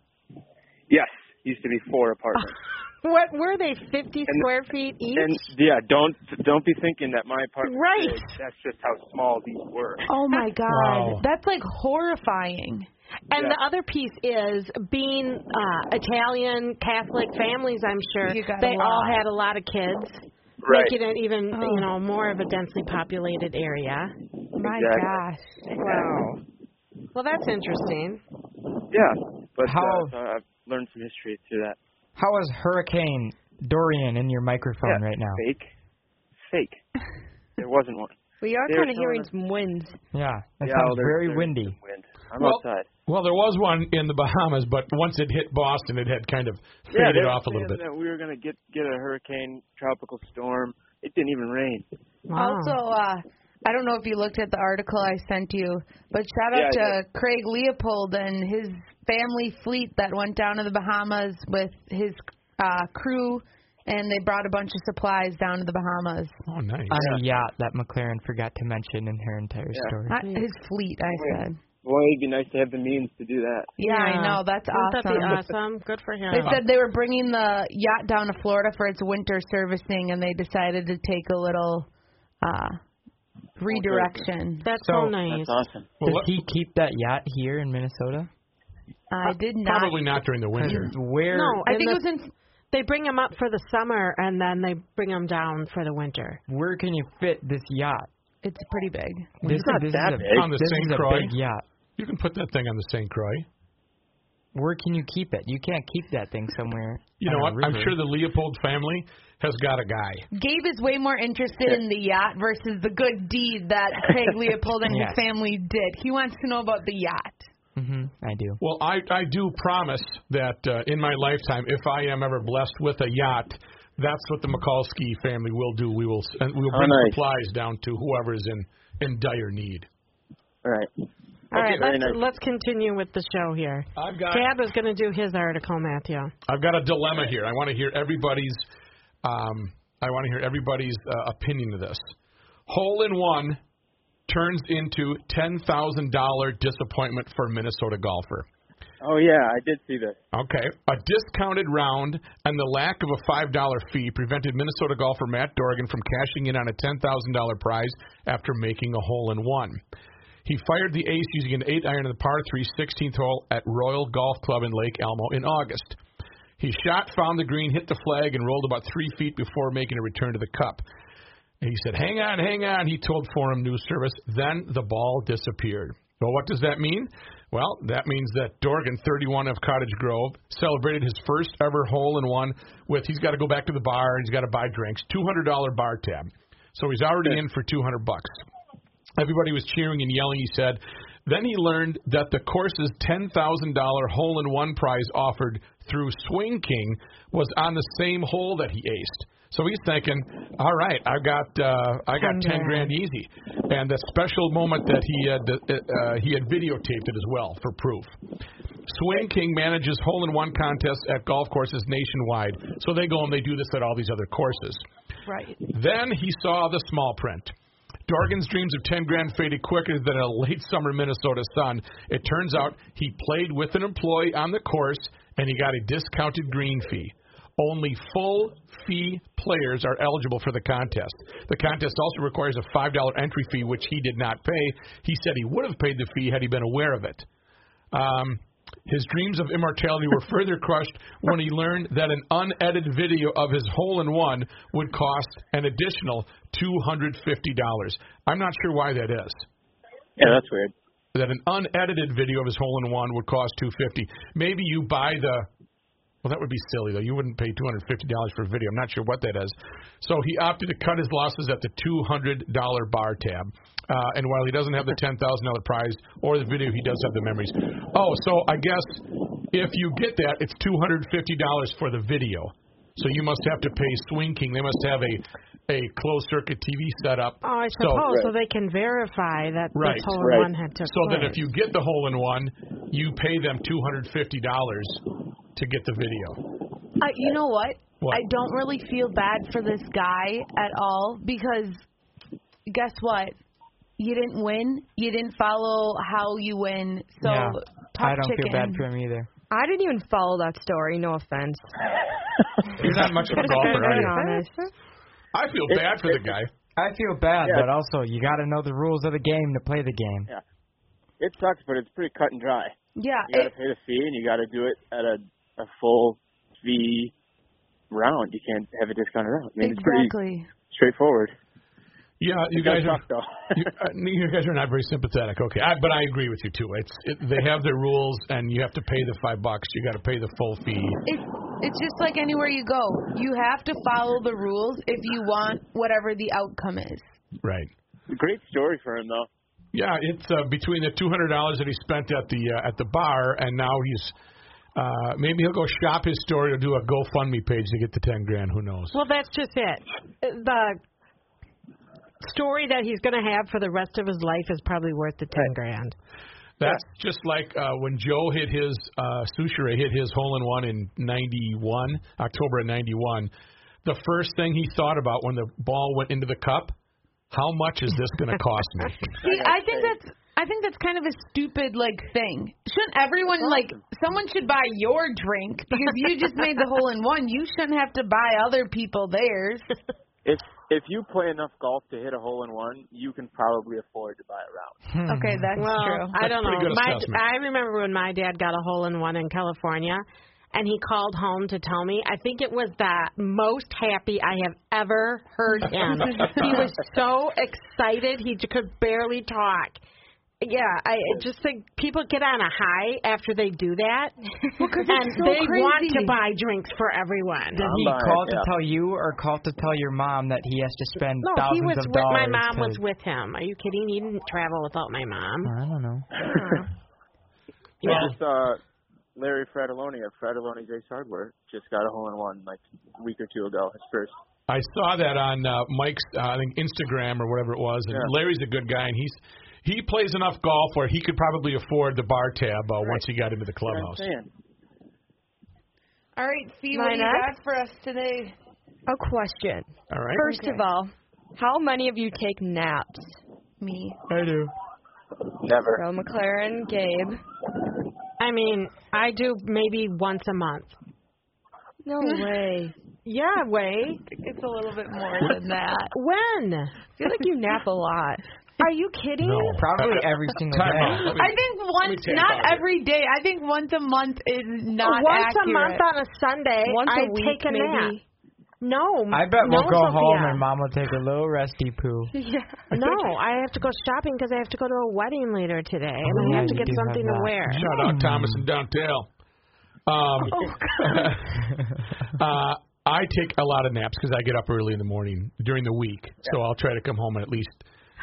S6: Yes, used to be four apartments.
S4: What were they? 50 square feet each?
S6: and yeah, don't don't be thinking that my apartment.
S4: Right.
S6: that's just how small these were.
S2: Oh my God.
S3: Wow.
S2: That's like horrifying.
S4: And
S6: Yeah.
S4: the other piece is being uh, Italian Catholic families. I'm sure
S2: You got a
S4: they all
S2: lot. Oh.
S4: had a lot of kids,
S6: Right.
S4: making it even you know more of a densely populated area.
S2: My
S6: Exactly.
S2: gosh.
S4: Wow. Well, that's interesting.
S6: Yeah. But
S3: How-
S6: Uh, so I've learned some history through that.
S3: how is Hurricane Dorian in your microphone
S6: Yeah,
S3: right now?
S6: Fake. Fake. there wasn't one.
S5: We are
S6: They're
S5: kind of
S6: telling
S5: hearing
S6: us-
S5: some winds.
S3: Yeah, that
S6: yeah, well,
S3: sounds
S6: there-
S3: very
S6: there's
S3: windy.
S6: some Wind. I'm
S1: Well,
S6: outside.
S1: Well, there was one in the Bahamas, but once it hit Boston, it had kind of
S6: Yeah,
S1: faded
S6: they were
S1: off a little
S6: saying
S1: bit.
S6: That we were going to get get a hurricane, tropical storm. It didn't even rain.
S4: Wow.
S2: Also, uh, I don't know if you looked at the article I sent you, but shout out
S6: Yeah, I
S2: to Craig Leopold and his family fleet that went down to the Bahamas with his uh, crew, and they brought a bunch of supplies down to the Bahamas.
S1: Oh, nice.
S3: On a yacht that McLaren forgot to mention in her entire
S6: Yeah.
S3: story.
S2: Not his fleet, I said.
S6: Well, it'd be nice to have the means to do that.
S2: Yeah, I know. That's
S4: Wouldn't
S2: awesome.
S4: that be awesome? Good for him.
S2: They said they were bringing the yacht down to Florida for its winter servicing, and they decided to take a little uh, redirection.
S4: That's
S1: So-
S4: so, nice.
S6: That's awesome.
S1: Well,
S3: Does
S1: let-
S3: he keep that yacht here in Minnesota?
S2: I did not.
S1: probably not during the winter.
S3: Where?
S4: No,
S2: Oh, I
S4: In
S2: think it
S4: the-
S2: was in
S4: They bring him up for the summer and then they bring him down for the winter.
S3: Where can you fit this yacht?
S2: It's pretty big.
S3: This,
S6: not
S3: this
S6: that
S3: is a,
S6: big.
S1: On the
S3: this
S1: St.
S3: is a
S1: Croix.
S3: big yacht.
S1: You can put that thing on the St. Croix.
S3: Where can you keep it? You can't keep that thing somewhere.
S1: You
S3: on
S1: know
S3: a
S1: what? I'm
S3: river.
S1: sure the Leopold family has got a guy.
S2: Gabe is way more interested in the yacht versus the good deed that Craig Leopold and
S3: Yes.
S2: his family did. He wants to know about the yacht.
S3: Mhm, I do.
S1: Well, I, I do promise that uh, in my lifetime, if I am ever blessed with a yacht, that's what the Mikulski family will do. We will s- and we will
S6: How
S1: bring
S6: nice.
S1: supplies down to whoever is in, in dire need.
S6: All right.
S4: All
S6: Okay,
S4: right,
S6: very
S4: let's
S6: nice.
S4: let's continue with the show here.
S1: I've got
S4: Gab is going to do his article, Matthew.
S1: I've got a dilemma here. I want to hear everybody's. Um, I want to hear everybody's uh, opinion of this. Hole in one turns into ten thousand dollar disappointment for a Minnesota golfer.
S6: Oh yeah, I did see this.
S1: Okay, a discounted round and the lack of a five dollar fee prevented Minnesota golfer Matt Dorgan from cashing in on a ten thousand dollar prize after making a hole in one. He fired the ace using an eight iron in the par three 16th hole at Royal Golf Club in Lake Elmo in August. He shot, found the green, hit the flag, and rolled about three feet before making a return to the cup. And he said, Hang on, hang on, he told Forum News Service. Then the ball disappeared. Well, what does that mean? Well, that means that Dorgan, 31 of Cottage Grove, celebrated his first ever hole in one with he's got to go back to the bar, he's got to buy drinks, $200 bar tab. So he's already in for 200 bucks. Everybody was cheering and yelling, he said. Then he learned that the course's $10,000 hole in one prize offered through Swing King was on the same hole that he aced. So he's thinking, all right, I've got uh, I got ten grand easy, and the special moment that he had uh, he had videotaped it as well for proof. Swing King manages hole-in-one contests at golf courses nationwide, so they go and they do this at all these other courses.
S2: Right.
S1: Then he saw the small print. Dorgan's dreams of 10 grand faded quicker than a late summer Minnesota sun. It turns out he played with an employee on the course and he got a discounted green fee. Only full fee players are eligible for the contest. The contest also requires a $5 entry fee, which he did not pay. He said he would have paid the fee had he been aware of it. Um, his dreams of immortality were further crushed when he learned that an unedited video of his hole in one would cost an additional $250. I'm not sure why that is.
S6: Yeah, that's weird.
S1: That an unedited video of his hole in one would cost 250. Maybe you buy the well, that would be silly though. You wouldn't pay two hundred fifty dollars for a video. I'm not sure what that is. So he opted to cut his losses at the two hundred dollar bar tab. Uh, and while he doesn't have the ten thousand dollar prize or the video, he does have the memories. Oh, so I guess if you get that, it's two hundred fifty dollars for the video. So you must have to pay Swing King. They must have a a closed circuit TV setup.
S4: Oh, I
S1: So-
S4: suppose so, they can verify that
S1: Right,
S4: this whole
S6: right.
S4: one had took
S1: so
S4: place.
S1: that if you get the hole in one, you pay them two hundred fifty dollars to get the video.
S2: Uh, you know what?
S1: What?
S2: I don't really feel bad for this guy at all because guess what? You didn't win. You didn't follow how you win. So
S3: yeah.
S2: tough
S3: I don't
S2: chicken.
S3: feel bad for him either.
S5: I didn't even follow that story. No offense.
S1: You're not much of a golfer, are
S5: Very
S1: you?
S5: honest.
S1: I feel bad for the guy.
S3: I feel bad,
S6: Yeah.
S3: but also you got to know the rules of the game to play the game.
S6: It sucks, but it's pretty cut and dry.
S2: Yeah.
S6: You got to
S2: it-
S6: pay the fee, and you got to do it at a a full fee round. You can't have a discounted round. I mean, it's pretty
S2: exactly.
S6: straightforward.
S1: Yeah, you
S6: It does
S1: guys are.
S6: suck, though.
S1: You, uh, you guys are not very sympathetic. Okay, I, but I agree with you too. It's it, they have their rules, and you have to pay the five bucks. You got to pay the full fee.
S2: It's it's just like anywhere you go. You have to follow the rules if you want whatever the outcome is.
S1: Right.
S6: Great story for him though.
S1: Yeah, it's uh, between the two hundred dollars that he spent at the uh, at the bar, and now he's uh, maybe he'll go shop his story or do a GoFundMe page to get the ten grand. Who knows?
S4: Well, that's just it. The story that he's going to have for the rest of his life is probably worth the ten grand.
S1: That's just like uh, when Joe hit his uh, Suchere hit his hole in one in '91, October of '91. The first thing he thought about when the ball went into the cup, how much is this going to cost me?
S2: See, I think that's I think that's kind of a stupid like thing. Shouldn't everyone like someone should buy your drink because you just made the hole in one. You shouldn't have to buy other people theirs.
S6: If if you play enough golf to hit a hole in one, you can probably afford to buy a round.
S1: Hmm.
S2: Okay, that's
S4: Well,
S2: true.
S4: I don't
S1: pretty
S4: know.
S1: good
S4: My,
S1: assessment.
S4: I remember when my dad got a hole in one in California, and he called home to tell me. I think it was the most happy I have ever heard him. he was so excited he j- could barely talk. Yeah, I I just think people get on a high after they do that, and
S2: so
S4: they want
S2: crazy.
S4: to buy drinks for everyone.
S3: Did he
S6: buying it,
S3: call to
S6: yeah.
S3: tell you or call to tell your mom that he has to spend
S4: No, he
S3: thousands
S4: was
S3: of
S4: with
S3: dollars?
S4: my mom
S3: to,
S4: was with him. Are you kidding? He didn't travel without my mom.
S3: I don't know.
S6: Yeah. Just, uh, Larry Fratelloni of Fratelloni's Ace Hardware just got a hole in one like a week or two ago. His first.
S1: I saw that on uh, Mike's uh, I think Instagram or whatever it was. And
S6: Yeah.
S1: Larry's a good guy, and he's he plays enough golf where he could probably afford the bar tab uh, once he got into the clubhouse.
S6: Man,
S2: All right, see
S5: what
S2: what
S5: you
S2: you
S5: got
S2: got for us today.
S5: A question.
S1: All right.
S5: First of all, how many of you take naps?
S2: Me.
S3: I do.
S6: never.
S5: Bro, McLaren, Gabe.
S4: I mean, I do maybe once a month.
S5: No way.
S4: Yeah, way.
S2: It's a little bit more than that.
S4: When?
S5: I feel like you nap a lot.
S4: Are you kidding?
S1: No.
S3: Probably every single
S1: Time
S3: day.
S1: out. Let me-
S2: I think once,
S1: take
S2: not
S1: that.
S2: every day. I think once a month is not
S4: Once a
S2: accurate.
S4: month on a Sunday,
S5: Once
S4: I
S5: a week,
S4: take a
S5: maybe.
S4: nap. No,
S3: I bet we'll
S4: no,
S3: go
S4: Sophia.
S3: home and mom will take a little resty poo.
S4: No, I have to go shopping because I have to go to a wedding later today,
S3: Oh,
S4: and I have to
S3: you
S4: get
S3: do have
S4: something
S3: that.
S4: to wear.
S1: Shout out Thomas and Downtail. Um, uh, I take a lot of naps because I get up early in the morning during the week, so I'll try to come home and at least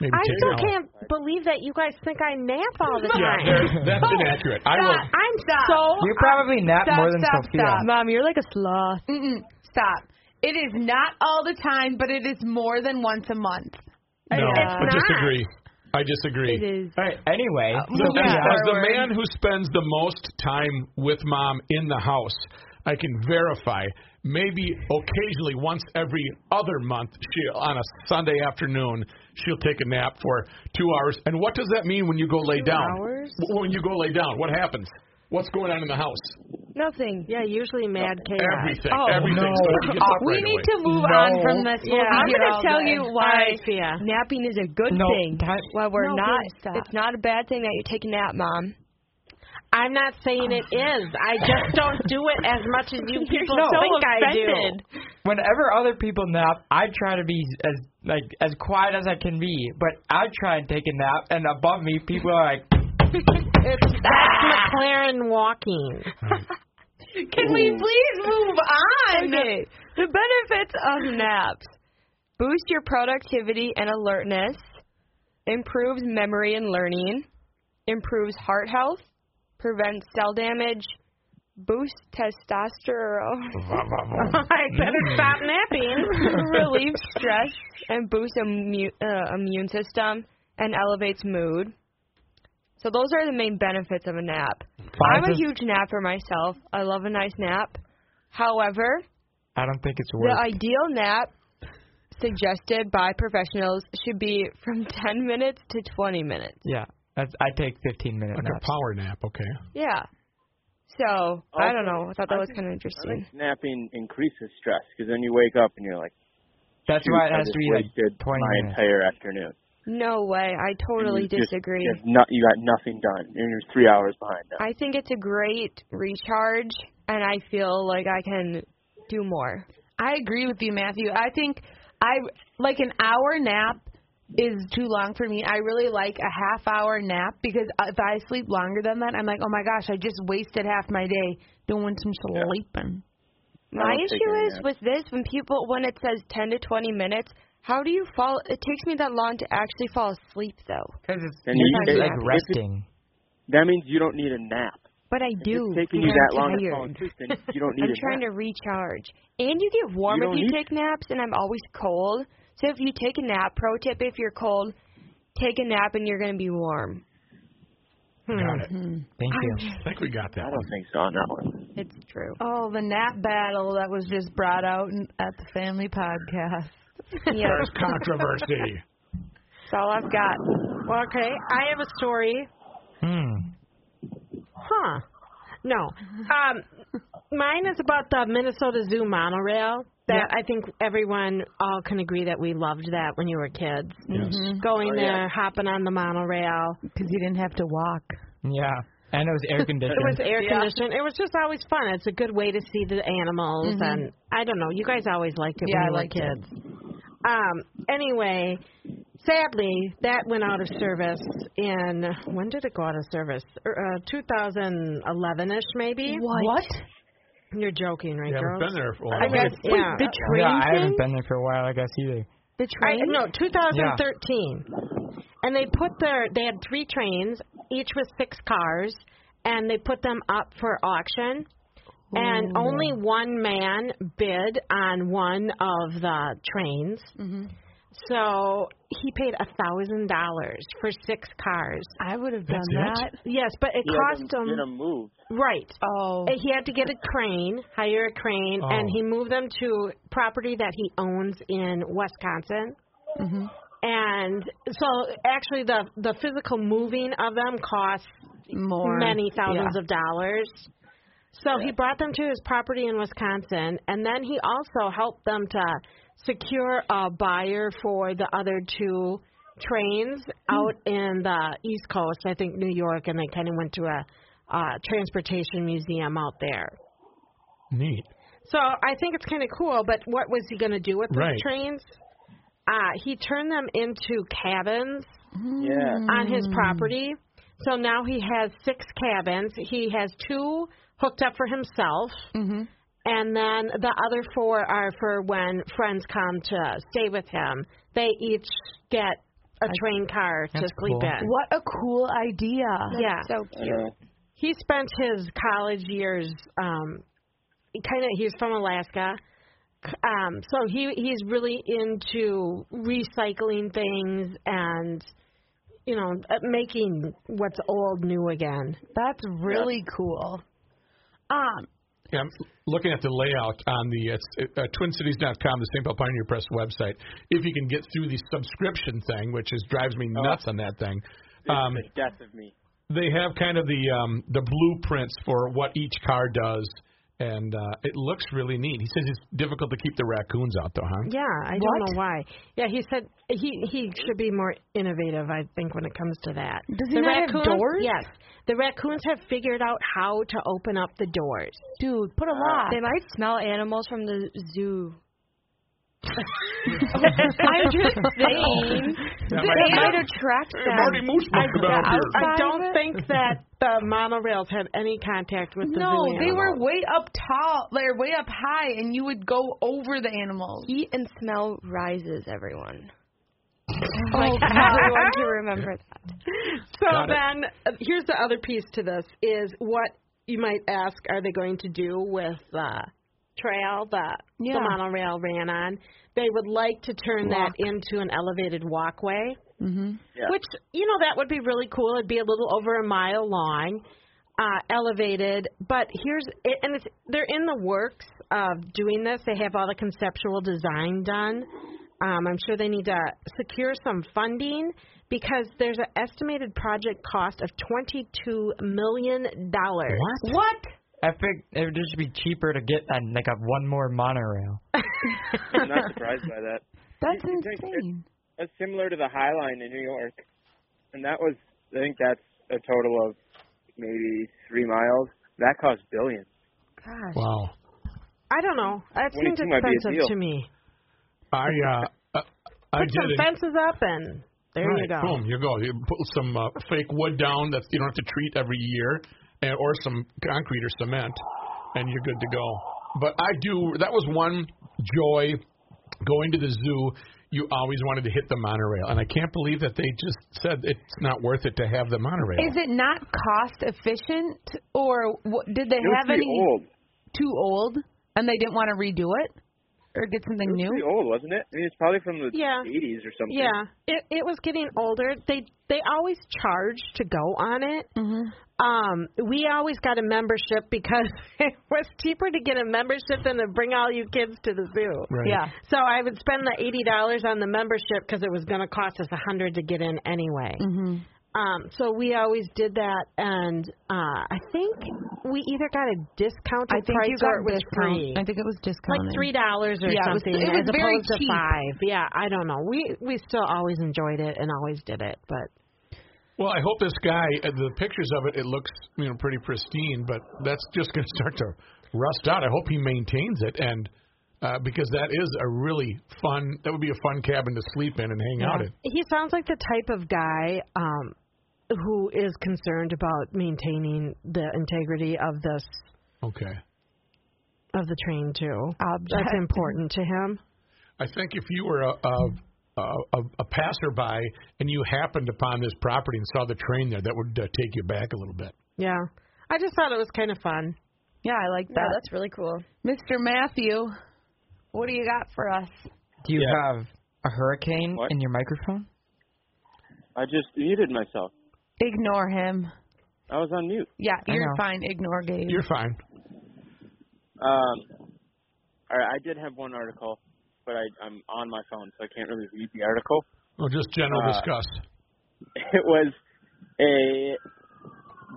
S1: maybe
S4: I
S1: take
S4: still
S1: an hour.
S4: can't believe that you guys think I nap all the
S1: Yeah,
S4: time.
S1: there- that's inaccurate. I will.
S2: Stop.
S4: I'm
S2: Stop.
S4: so
S3: You probably nap
S2: Stop,
S3: more than
S2: stop,
S3: Sophia.
S2: stop.
S5: Mom, you're like a sloth.
S2: Mm-mm, stop. It is not all the time, but it is more than once a month.
S1: No,
S4: It's
S1: I
S4: not.
S1: disagree. I disagree.
S5: It is.
S3: All right. Anyway,
S4: Uh,
S1: As,
S3: Sophia,
S1: as the man who spends the most time with mom in the house, I can verify. Maybe occasionally, once every other month, she on a Sunday afternoon, she'll take a nap for two hours. And what does that mean when you go lay down?
S5: hours?
S1: W- When you go lay down, what happens? What's going on in the house?
S5: Nothing.
S4: yeah, usually mad chaos.
S1: Everything.
S2: Oh,
S1: everything.
S3: no.
S1: So she gets up
S2: We
S1: right
S2: need
S1: away.
S2: to move
S3: No.
S2: on from this.
S5: Yeah, I'm
S2: going to
S5: tell you
S4: All
S5: why
S4: right, Sophia.
S5: napping is a good
S3: No,
S5: thing.
S3: that-
S5: Why we're
S2: No,
S5: not.
S2: good stuff.
S5: It's not a bad thing that you take a nap, Mom.
S4: I'm not saying it is. I just don't do it as much as you people
S3: so
S4: think I
S5: offended.
S4: do.
S3: whenever other people nap, I try to be as like as quiet as I can be. But I try and take a nap, and above me, people are like,
S4: It's that's McLaren walking.
S2: Can we please move on?
S5: Okay. The benefits of naps boost your productivity and alertness, improves memory and learning, improves heart health, prevents cell damage, boosts testosterone,
S4: I better stop napping.
S5: relieves Mm. stress, and boosts immu- uh, immune system and elevates mood. So those are the main benefits of a nap. I'm a
S3: Five is-
S5: huge napper myself. I love a nice nap. However,
S3: I don't think it's
S5: the
S3: worth.
S5: ideal nap suggested by professionals should be from 10 minutes to 20 minutes.
S3: yeah, that's, I take 15 minute
S1: Like a
S3: naps.
S1: power nap, okay?
S5: Yeah. So, I don't know. I thought that was kind
S6: I
S5: of
S6: think
S5: interesting.
S6: napping increases stress because then you wake up and you're like,
S3: That's
S6: shoot,
S3: why it
S6: I
S3: has
S6: just
S3: to be
S6: wasted
S3: like 20
S6: my
S3: minutes.
S6: entire afternoon.
S5: No way. I
S6: And
S5: totally
S6: you just-
S5: disagree.
S6: Just, not, you got nothing done, and you're three hours behind now.
S5: I think it's a great recharge, and I feel like I can do more.
S2: I agree with you, Matthew. I think I like an hour nap is too long for me. I really like a half hour nap because if I sleep longer than that, I'm like, oh my gosh, I just wasted half my day doing some sleeping.
S5: My
S6: don't take
S5: issue
S6: any
S5: is
S6: naps.
S5: with this when people when it says 10 to 20 minutes, How do you fall? It takes me that long to actually fall asleep, though.
S3: Because it's
S5: you-
S3: it's like
S5: if-
S3: resting.
S6: That means you don't need a nap.
S5: But I
S6: If
S5: do.
S6: it's taking
S5: and
S6: you that
S5: I'm
S6: long to fall
S5: tired.
S6: asleep, then you don't need
S5: I'm
S6: a
S5: trying
S6: nap.
S5: to recharge. And you get warm
S6: You
S5: if
S6: don't
S5: you
S6: need
S5: take naps, and I'm always cold. So if you take a nap, pro tip if you're cold, take a nap and you're going to be warm.
S4: Hmm.
S5: Hmm,
S1: Got it.
S3: Thank you.
S1: I think we got
S6: I
S1: that.
S6: don't think so on that one.
S5: It's true.
S2: Oh, the nap battle that was just brought out in- at the family podcast.
S5: Yeah,
S1: There's controversy.
S5: that's all I've got.
S4: Well, okay. I have a story.
S3: Hmm.
S4: Huh. No. Um, mine is about the Minnesota Zoo monorail that I think everyone all can agree that we loved that when you were kids.
S1: Yes.
S2: Mm-hmm.
S4: Going
S6: Oh, yeah.
S4: there, hopping on the monorail.
S2: Because you didn't have to walk.
S3: Hmm. Yeah. And it was air conditioned.
S4: It was air conditioned. It was just always fun. It's a good way to see the animals, and I don't know. You guys always liked it
S2: Mm-hmm. Yeah,
S4: when
S2: I
S4: you were
S2: liked it.
S4: kids. Um. Anyway, sadly, that went out of service in when did it go out of service? Er, Uh, 2011ish, maybe.
S2: What?
S4: You're joking, right,
S1: You haven't
S4: girls?
S1: been there for a
S4: I
S1: while.
S4: guess. Yeah.
S5: The train
S3: yeah, I
S5: thing?
S3: haven't been there for a while, I guess, either.
S5: The
S4: I,
S5: train?
S4: no, 2013. And they put their they had three trains, each with six cars, and they put them up for auction. And only one man bid on one of the trains. So he paid a thousand dollars for six cars.
S2: I would have done
S1: That's
S2: that.
S4: Yes, but it
S6: You had
S4: cost
S6: to,
S4: him
S6: you had to move.
S4: right.
S2: Oh.
S4: He had to get a crane, hire a crane, and
S1: Oh.
S4: he moved them to property that he owns in Wisconsin. And so, actually, the the physical moving of them costs
S2: More.
S4: many thousands
S2: Yeah.
S4: of dollars. So he brought them to his property in Wisconsin, and then he also helped them to secure a buyer for the other two trains out in the East Coast, I think New York, and they kind of went to a uh, transportation museum out there.
S1: Neat.
S4: So I think it's kind of cool, but what was he going to do with these
S1: Right.
S4: trains? Uh, he turned them into cabins
S6: Yeah.
S4: on his
S3: Mm.
S4: property. So now he has six cabins. He has two hooked up for himself,
S3: Mm-hmm.
S4: and then the other four are for when friends come to stay with him. They each get a train car to
S3: That's
S4: sleep
S3: cool.
S4: in.
S2: What a cool idea.
S4: Yeah,
S5: So
S6: I
S5: cute.
S6: know.
S4: he spent his college years. Um, kind of, he's from Alaska. Um, so he he's really into recycling things and you know uh, making what's old new again.
S2: That's really cool. Um,
S1: Yeah, I'm looking at the layout on the uh, uh, twincities.com, the St. Paul Pioneer Press website. If you can get through the subscription thing, which is drives me nuts on that thing, um,
S6: the death of me.
S1: they have kind of the um, the blueprints for what each car does, and uh, it looks really neat. He says it's difficult to keep the raccoons out, though, huh?
S4: Yeah, I
S2: What?
S4: don't know why. Yeah, he said he he should be more innovative. I think when it comes to that.
S2: Does he not have doors?
S4: Yes, the raccoons have figured out how to open up the doors.
S2: dude, put a lock.
S5: They might smell animals from the zoo. I'm just saying.
S1: That might
S5: They might
S1: be-
S5: attract
S1: Hey, Marty
S5: them.
S1: Moose must have been up here.
S4: I
S5: Five?
S4: don't think that the monorails had any contact with the
S2: no,
S4: zoo
S2: they were
S4: animals.
S2: way up tall. They're way up high, and you would go over the animals.
S5: Eat and smell rises, everyone. like, everyone to remember that.
S4: So
S1: Got it.
S4: then, uh, here's the other piece to this: is what you might ask, are they going to do with uh, the trail that
S2: Yeah.
S4: the monorail ran on? They would like to turn that into an elevated walkway,
S2: Mm-hmm.
S6: Yeah.
S4: which you know that would be really cool. It'd be a little over a mile long, uh, elevated. But here's it, and it's they're in the works of doing this. They have all the conceptual design done. Um, I'm sure they need to secure some funding because there's an estimated project cost of $22 million.
S3: What?
S2: What?
S3: I figured it would just be cheaper to get uh, like a one more monorail.
S6: I'm not surprised by that.
S2: That's
S6: You think it-
S2: insane.
S6: That's similar to the High Line in New York, and that was I think that's a total of maybe three miles. That cost billions.
S1: Wow.
S4: I don't know. That seems
S6: 22 might be a deal.
S4: expensive to me.
S1: I uh, uh, I
S4: Put
S1: did
S4: some
S1: it.
S4: fences up and there
S1: right,
S4: you go.
S1: Boom, you go. You put some uh, fake wood down that you don't have to treat every year, and, or some concrete or cement, and you're good to go. But I do. That was one joy going to the zoo. you always wanted to hit the monorail, and I can't believe that they just said it's not worth it to have the monorail.
S2: Is it not cost efficient, or what, did they
S6: It was
S2: have
S6: pretty
S2: any
S6: old.
S2: too old and they didn't want to redo it or get something
S6: It was pretty
S2: new?
S6: old, wasn't it? I mean, it's probably from the
S4: Yeah.
S6: 80s or something.
S4: Yeah, it it was getting older. They they always charged to go on it. Mm-hmm. Um, we always got a membership because it was cheaper to get a membership than to bring all you kids to the zoo.
S1: Right.
S2: Yeah.
S4: So I would spend the eighty dollars on the membership because it was going to cost us a hundred to get in anyway. Mm-hmm. Um, so we always did that, and uh, I think we either got a discounted
S2: I think
S4: price
S2: you got
S4: or it was
S2: discount.
S4: free
S2: I think it was discounted.
S4: like three dollars or
S2: Yeah, it was-
S4: something
S2: it was
S4: as
S2: very
S4: opposed
S2: cheap.
S4: to five. Yeah, I don't know. We we still always enjoyed it and always did it, but
S1: Well, I hope this guy. uh, The pictures of it, it looks you know pretty pristine, but that's just going to start to rust out. I hope he maintains it, and uh, because that is a really fun. That would be a fun cabin to sleep in and hang out in.
S4: he sounds like the type of guy um who is concerned about maintaining the integrity of this
S1: Okay.
S4: of the train too. That's important to him.
S1: I think if you were a, a, a, a passerby and you happened upon this property and saw the train there, that would uh, take you back a little bit.
S4: Yeah. I just thought it was kind of fun.
S2: Yeah, I like
S5: Yeah,
S2: that.
S5: that's really cool.
S2: Mr. Matthew, what do you got for us?
S3: Do you
S6: Yeah.
S3: have a hurricane
S6: What?
S3: in your microphone?
S6: I just muted myself.
S2: Ignore him.
S6: I was on mute.
S2: Yeah,
S3: I
S2: you're
S3: know.
S2: fine. Ignore Gabe.
S1: You're fine.
S6: Um, all right, I did have one article, but I, I'm on my phone, so I can't really read the article.
S1: Well, just general
S6: Uh,
S1: disgust.
S6: It was a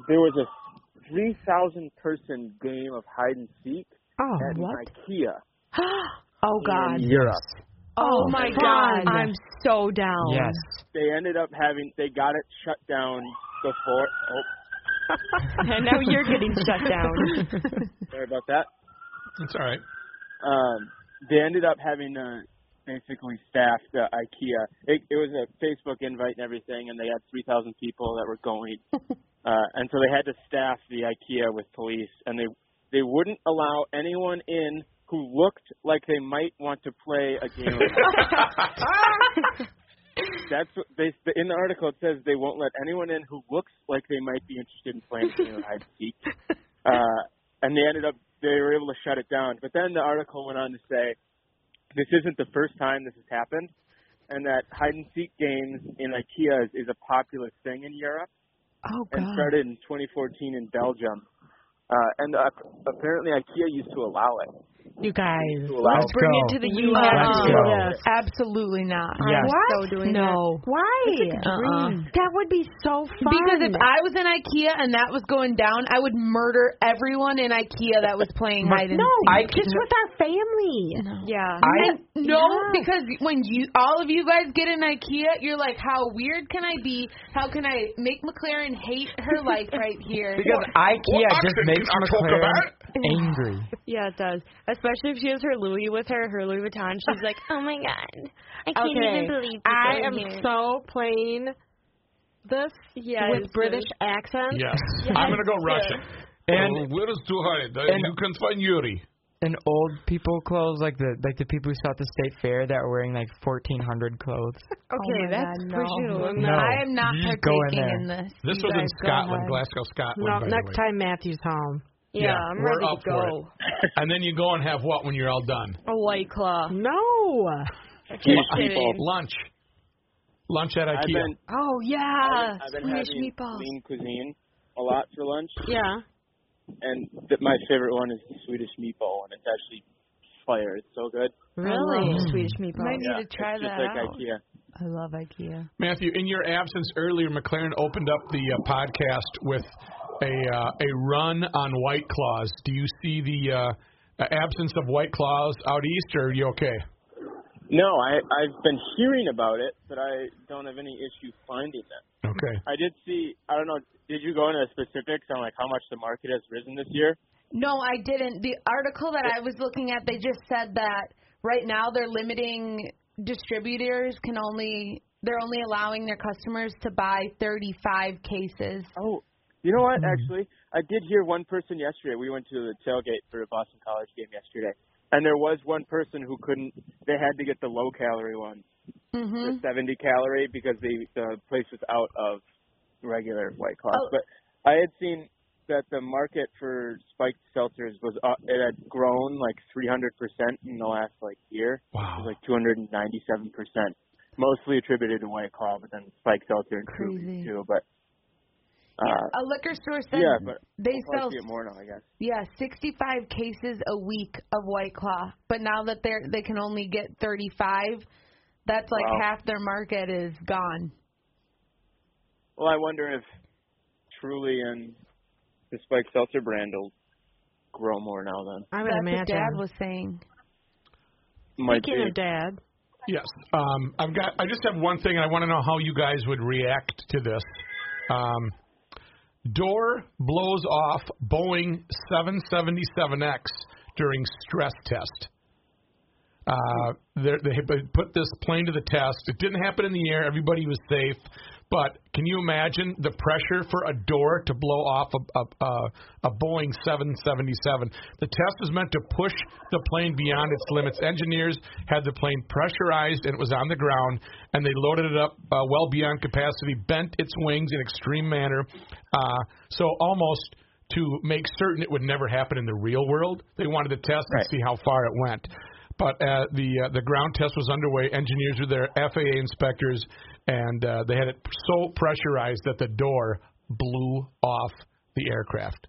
S6: there was a 3,000 person game of hide and seek
S4: Oh,
S6: at
S4: what?
S6: IKEA
S2: oh God.
S6: in Europe.
S2: Oh my God. I'm so down.
S3: Yes.
S6: They ended up having they got it shut down before. Oh,
S5: And now you're getting shut down.
S6: sorry about that.
S1: It's all right.
S6: um, they ended up having to basically staff the IKEA. It, it was a Facebook invite and everything, and they had 3,000 people that were going, uh, and so they had to staff the IKEA with police, and they they wouldn't allow anyone in who looked like they might want to play a game. That's what they in the article. It says they won't let anyone in who looks like they might be interested in playing a game of hide and seek. Uh, and they ended up they were able to shut it down. But then the article went on to say this isn't the first time this has happened, and that hide and seek games in IKEA is, is a popular thing in Europe
S2: Oh
S6: and
S2: God.
S6: started in 2014 in Belgium. Uh, and uh, apparently IKEA used to allow it.
S4: You guys.
S6: To allow
S3: Let's
S5: Bring
S3: go.
S5: it to the
S4: You
S5: U.S.
S4: have
S3: Let's
S4: to
S3: go.
S4: do this.
S2: Absolutely not.
S3: Yes.
S2: I'm
S4: What?
S2: so doing
S5: No.
S2: that.
S4: Why?
S2: Uh-uh.
S4: That would be so fun.
S2: Because if I was in IKEA and that was going down, I would murder everyone in IKEA that was playing hide and
S4: no,
S2: seek.
S3: I
S4: just with our family.
S5: Yeah.
S3: I
S2: No,
S4: Yeah.
S2: because when you all of you guys get in IKEA, you're like, how weird can I be? How can I make McLaren hate her life right here?
S3: because IKEA just makes
S1: I talk
S3: McLaren
S1: about
S3: angry.
S5: Yeah, it does. Especially if she has her Louis with her, her Louis Vuitton. She's like, oh my god, I can't even believe people
S4: I
S5: in
S4: am
S5: here.
S4: so plain this
S5: Yes,
S4: with British accent.
S1: Yes. I'm going to go Russian.
S3: And-
S1: where is to hide? Uh,
S3: and-
S1: you can find Yuri.
S3: And old people clothes, like the like the people who saw at the state fair that were wearing like fourteen hundred clothes.
S5: Okay,
S2: Oh my
S5: that's
S2: God, no.
S5: pushing a little.
S3: No.
S2: I am not
S3: You just go in
S2: partaking
S3: there.
S2: in, this.
S1: This
S2: You
S1: was in
S2: guys go
S1: Scotland,
S2: ahead.
S1: Glasgow, Scotland.
S4: No,
S1: by
S4: next
S1: the way.
S4: time Matthew's home.
S5: Yeah, I'm
S1: we're
S5: ready
S1: up
S5: to
S1: for
S5: go.
S1: it. And then you go and have what when you're all done?
S5: A white claw.
S4: No.
S6: huge
S5: kidding.
S6: people.
S1: Lunch. Lunch at IKEA.
S6: I've been,
S2: Ah,
S5: Oh yeah,
S6: I've been, I've been
S5: Swedish
S6: having
S5: meatballs.
S6: lean cuisine a lot for lunch,
S4: Yeah.
S6: and th- my favorite one is the Swedish meatball, and it's actually fire. It's so good.
S5: Really, Swedish meatballs.
S2: Might need to try
S6: it's just
S2: that
S6: like
S2: out.
S6: IKEA.
S2: I love IKEA.
S1: Matthew, in your absence earlier, McLaren opened up the uh, podcast with a uh, a run on White Claws. Do you see the uh, uh, absence of White Claws out east, or are you okay?
S6: No, I I've been hearing about it, but I don't have any issue finding them.
S1: Okay.
S6: I did see. I don't know. Did you go into the specifics on like how much the market has risen this year?
S2: No, I didn't. The article that I was looking at, they just said that right now they're limiting distributors can only they're only allowing their customers to buy 35 cases.
S6: Oh, you know what? Actually, I did hear one person yesterday. We went to the tailgate for a Boston College game yesterday, and there was one person who couldn't. They had to get the low calorie one.
S2: hmm
S6: the 70 calorie because the the place was out of regular White Claws.
S2: Oh.
S6: But I had seen that the market for spiked seltzers was uh, it had grown like 300 percent in the last like year. It
S1: Wow.
S6: was like 297 percent, mostly attributed to White Claw, but then spiked seltzer and
S2: Crazy.
S6: Truly too. But uh,
S2: yeah, a liquor store said
S6: yeah, but
S2: they
S6: I'll
S2: sell
S6: probably see it more now, I guess.
S2: yeah 65 cases a week of White Claw, but now that they're they can only get 35, that's like
S6: Wow.
S2: half their market is gone.
S6: Well, I wonder if Truly and the Spike Seltzer brand will grow more now. Then
S4: I would
S2: that's
S4: imagine.
S2: what Dad was saying.
S6: might
S4: Speaking
S6: be.
S4: of Dad,
S1: Yes. Um, I've got. I just have one thing, and I want to know how you guys would react to this. Um, Door blows off Boeing 777X during stress test. Uh, they're- they had put this plane to the test. It didn't happen in the air. Everybody was safe. But can you imagine the pressure for a door to blow off a, a, a, a Boeing 777? The test was meant to push the plane beyond its limits. Engineers had the plane pressurized and it was on the ground, and they loaded it up uh, well beyond capacity, bent its wings in extreme manner. Uh, so almost to make certain it would never happen in the real world. They wanted to test and
S6: Right.
S1: see how far it went. But uh, the uh, the ground test was underway. Engineers were there, FAA inspectors, and uh, they had it so pressurized that the door blew off the aircraft.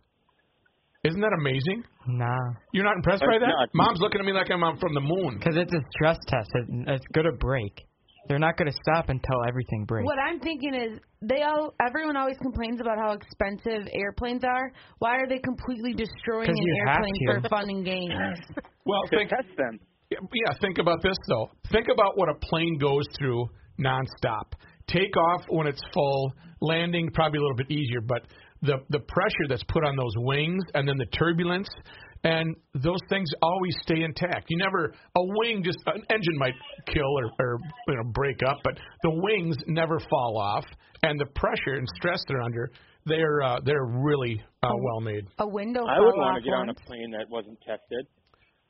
S1: Isn't that amazing?
S3: Nah.
S1: You're not impressed by
S6: That's
S1: that?
S6: nuts.
S1: Mom's looking at me like I'm um, from the moon.
S3: Because it's a stress test. It, it's going to break. They're not going to stop until everything breaks.
S2: What I'm thinking is they all everyone always complains about how expensive airplanes are. Why are they completely destroying
S3: 'Cause
S2: an
S3: you have
S2: airplane
S3: to.
S2: for fun and games?
S1: Well,
S6: to
S1: think
S6: test them.
S1: Yeah, yeah, think about this though. Think about what a plane goes through nonstop. Take off when it's full, landing probably a little bit easier, but the the pressure that's put on those wings and then the turbulence and those things always stay intact. You never a wing just an engine might kill or, or you know break up, but the wings never fall off, and the pressure and stress they're under they're uh, they're really uh, well made.
S2: A window
S6: I
S2: fell
S6: would
S2: off
S6: want to get on a
S2: once.
S6: plane that wasn't tested.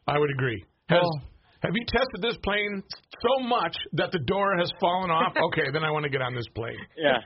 S1: I would agree. Has,
S3: Well-
S2: Oh.
S1: have you tested this plane so much that the door has fallen off? Okay, then I want to get on this plane.
S6: Yeah.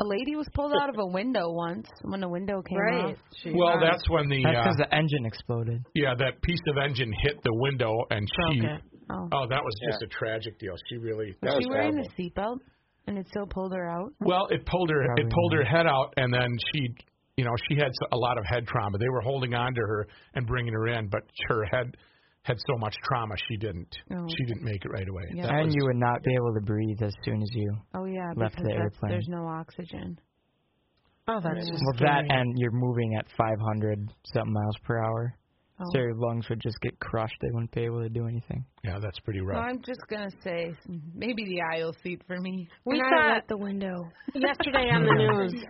S2: A lady was pulled out of a window once when a window came
S4: right?
S2: off.
S4: She-
S1: Well, that's when the
S3: That's
S1: uh,
S3: because the engine exploded.
S1: yeah that piece of engine hit the window and she
S4: Broke it.
S2: Oh.
S1: oh that was just
S6: Yeah.
S1: a tragic deal. She really
S2: was
S6: That was
S2: she wearing
S6: horrible.
S2: a seatbelt and it still pulled her out?
S1: well it pulled her
S3: Probably
S1: it pulled her head out and then she you know she had a lot of head trauma. They were holding on to her and bringing her in, but her head had so much trauma she didn't
S2: Oh.
S1: she didn't make it right away.
S2: Yeah.
S1: That
S3: and
S1: was-
S3: you would not be able to breathe as soon as you.
S2: Oh yeah, because
S3: Left the
S2: that's,
S3: airplane.
S2: there's no oxygen.
S4: oh, that's just
S3: Well,
S4: scary.
S3: that and you're moving at 500 something miles per hour.
S2: Oh.
S3: So your lungs would just get crushed. They wouldn't be able to do anything.
S1: yeah, that's pretty
S2: Well,
S1: rough.
S2: I'm just gonna say maybe the aisle seat for me.
S4: we
S5: And I
S4: saw
S5: like the window.
S4: yesterday on the news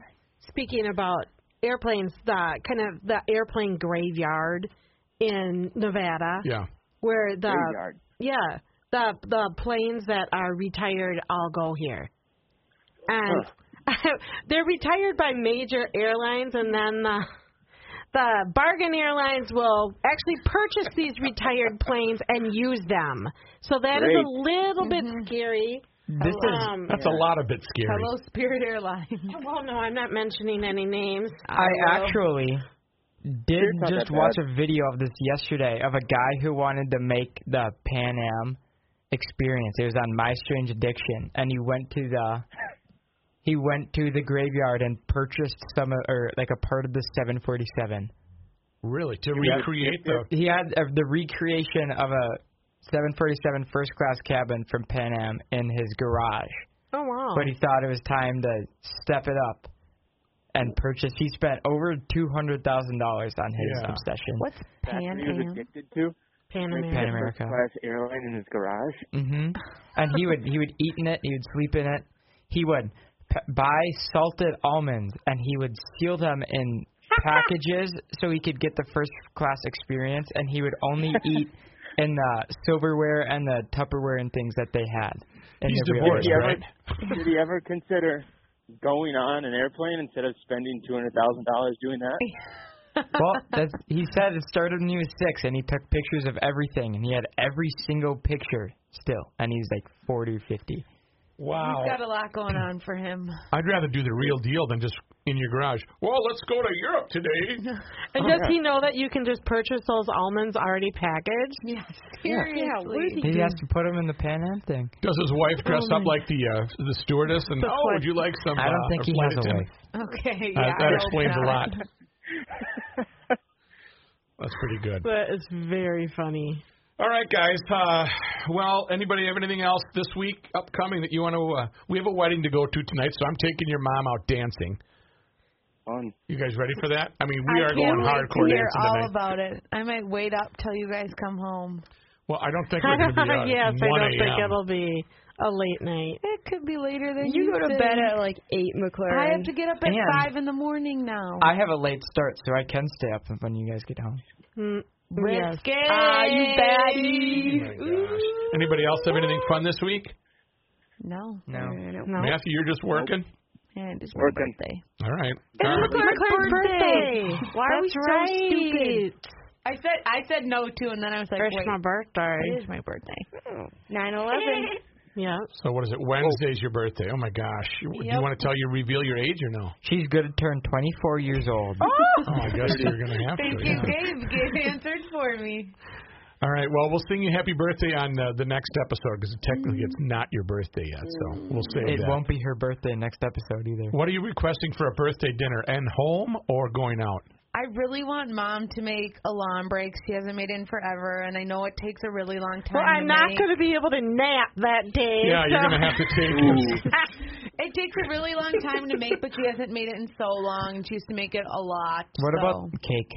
S4: speaking about airplanes, the kind of the airplane graveyard in Nevada,
S1: yeah.
S4: where the
S6: Graveyard.
S4: yeah the the planes that are retired all go here, and they're retired by major airlines, and then the the bargain airlines will actually purchase these retired planes and use them. So that is
S6: Great.
S4: a little bit scary.
S5: Oh,
S3: This is
S4: Um,
S1: That's a lot of bit scary.
S2: Hello, Spirit Airlines.
S4: well, no, I'm not mentioning any names.
S3: I actually did
S6: It's not that
S3: just
S6: bad.
S3: watch a video of this yesterday of a guy who wanted to make the Pan Am experience. It was on My Strange Addiction, and he went to the he went to the graveyard and purchased some of- or like a part of the 747.
S1: Really, to recreate the
S3: He had uh, the recreation of a 747 first class cabin from Pan Am in his garage.
S4: Oh wow!
S3: but he thought it was time to step it up and purchase. He spent over two hundred thousand dollars on his
S1: Yeah.
S3: obsession.
S2: What's
S6: That's
S2: Pan
S6: what he was
S2: Am?
S6: addicted to.
S4: Pan
S6: Making
S4: Am.
S3: Pan
S6: a
S3: America.
S6: first-class airline in his garage.
S3: hmm And he would he would eat in it. He would sleep in it. He would p- buy salted almonds and he would seal them in packages so he could get the first class experience. And he would only eat in the silverware and the Tupperware and things that they had. in
S1: He's
S3: the real
S1: divorced,
S3: world.
S6: right? Did he ever consider going on an airplane instead of spending two hundred thousand dollars doing that?
S3: well, that's, he said it started when he was six, and he took pictures of everything, and he had every single picture still, and he's like 40 or 50.
S1: Wow.
S2: He's got a lot going on for him.
S1: I'd rather do the real deal than just in your garage. Well, let's go to Europe today.
S4: And does he know that you can just purchase those almonds already packaged?
S2: Yes. Seriously.
S3: He has to put him in the Pan Am thing.
S1: Does his wife dress up like the uh, the stewardess? And oh, would you like some?
S3: I don't
S1: uh,
S3: think he
S1: flight
S3: has a
S1: attendant?"
S3: wife.
S2: Okay.
S1: Uh,
S2: yeah, I
S1: that
S2: hope
S1: explains a
S2: not.
S1: lot. That's pretty good.
S4: But it's very funny.
S1: All right, guys. Uh, well, anybody have anything else this week upcoming that you want to? Uh, we have a wedding to go to tonight, so I'm taking your mom out dancing.
S6: Fun.
S1: You guys ready for that? I mean, we
S2: I
S1: are
S2: can't
S1: going
S2: wait
S1: hardcore
S2: to hear
S1: dancing
S2: all
S1: tonight.
S2: about it. I might wait up till you guys come home.
S1: well, I don't think we're going to be uh, out at
S4: yes, I
S1: 1
S4: don't think
S1: a.m.
S4: it'll be a late night.
S2: It could be later than you,
S5: You go to
S2: think.
S5: bed at like eight, McLaren.
S2: I have to get up at
S3: And-
S2: five in the morning now.
S3: I have a late start, so I can stay up when you guys get home.
S4: Mm,
S2: Risk
S4: yes.
S2: it.
S5: Ah, you baddie.
S1: Oh my gosh. Anybody else have anything fun this week?
S2: No.
S3: No.
S2: I don't-
S4: No.
S1: Matthew, you're just working.
S2: Yeah, just my
S6: Working.
S2: birthday.
S1: All right.
S4: It's
S1: All right.
S4: McLaren's birthday.
S2: Why are we
S4: That's
S2: so
S4: right.
S2: stupid? I said I said no to, and then I was like,
S4: It's
S2: wait,
S4: my birthday.
S2: it is my birthday.
S5: Nine eleven.
S4: Yeah.
S1: So what is it? Wednesday's your birthday. Oh my gosh. You- Do you
S2: Yep.
S1: want to tell you reveal your age or no?
S3: She's going to turn 24 years old.
S1: Oh, I guess you're gonna have
S2: Thank
S1: to.
S2: you,
S1: yeah.
S2: Gabe. Gabe answered for me.
S1: All right. Well, we'll sing you happy birthday on uh, the next episode because technically
S2: Mm-hmm.
S1: it's not your birthday yet, so we'll save
S3: It
S1: that.
S3: won't be her birthday next episode either.
S1: What are you requesting for a birthday dinner? And home or going out?
S2: I really want mom to make alarm breaks. She hasn't made it in forever, and I know it takes a really long time.
S4: Well, I'm
S2: to
S4: not
S2: make.
S4: going to be able to nap that day.
S1: Yeah, you're
S4: so-
S1: gonna
S2: uh,
S1: have to take.
S6: Ooh.
S2: It takes a really long time to make, but she hasn't made it in so long. She used to make it a lot.
S3: What
S2: so.
S3: about cake?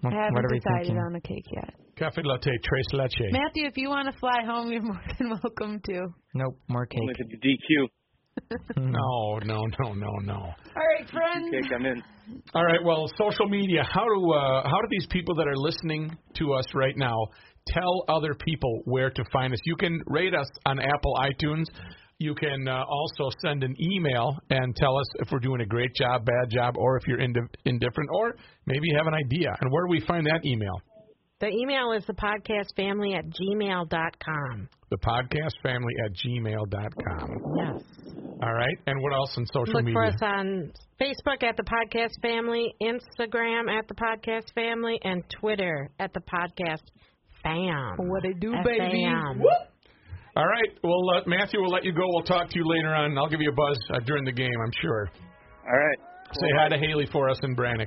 S3: What,
S2: I haven't
S3: what are we
S2: decided
S3: thinking?
S2: on a cake yet.
S1: Cafe latte, tres leche.
S2: Matthew, if you want to fly home, you're more than welcome to.
S3: Nope, more
S6: Look
S3: cake.
S6: at the DQ.
S3: Hmm.
S1: No, no, no, no, no.
S2: All right, friends.
S6: Okay, I'm in.
S1: All right. Well, social media. How do uh, how do these people that are listening to us right now tell other people where to find us? You can rate us on Apple iTunes. You can uh, also send an email and tell us if we're doing a great job, bad job, or if you're indif- indifferent, or maybe you have an idea. And where do we find that email?
S4: The email is thepodcastfamily at gmail dot com.
S1: The podcast family at gmail.com.
S4: Yes.
S1: All right. And what else on social
S4: Look
S1: media?
S4: for us on Facebook at the Podcast Family, Instagram at the Podcast Family, and Twitter at the Podcast Fam.
S2: What it do,
S4: F A
S2: baby?
S4: M.
S1: All right. Well, uh, Matthew, we'll let you go. We'll talk to you later on. I'll give you a buzz uh, during the game, I'm sure.
S6: All right.
S1: Say hi to Haley for us in Brannick.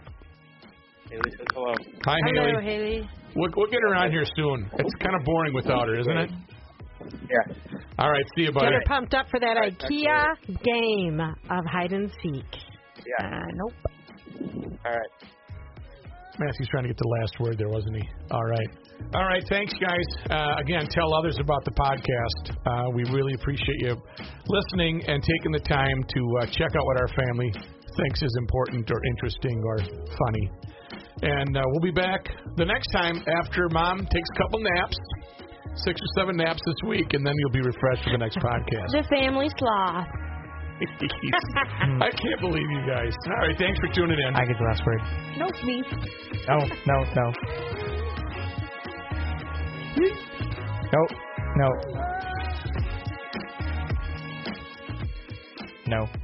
S6: Haley says hello.
S1: Hi, Haley.
S4: Hello, Haley.
S1: We'll, we'll get her on here soon. It's kind of boring without her, isn't it?
S6: Yeah.
S1: All right. See you, buddy.
S4: Get her pumped up for that
S6: Right,
S4: IKEA game of hide and seek.
S6: Yeah.
S2: nope.
S6: All right.
S1: Matthew's trying to get the last word there, wasn't he? All right. All right. Thanks, guys. Uh, again, tell others about the podcast. Uh, we really appreciate you listening and taking the time to uh, check out what our family thinks is important or interesting or funny. And uh, we'll be back the next time after mom takes a couple naps, six or seven naps this week, and then you'll be refreshed for the next podcast.
S5: The family sloth.
S1: I can't believe you guys. All right, thanks for tuning in.
S3: I get the last word.
S2: Nope, me.
S3: No, no, no. Nope, no. No.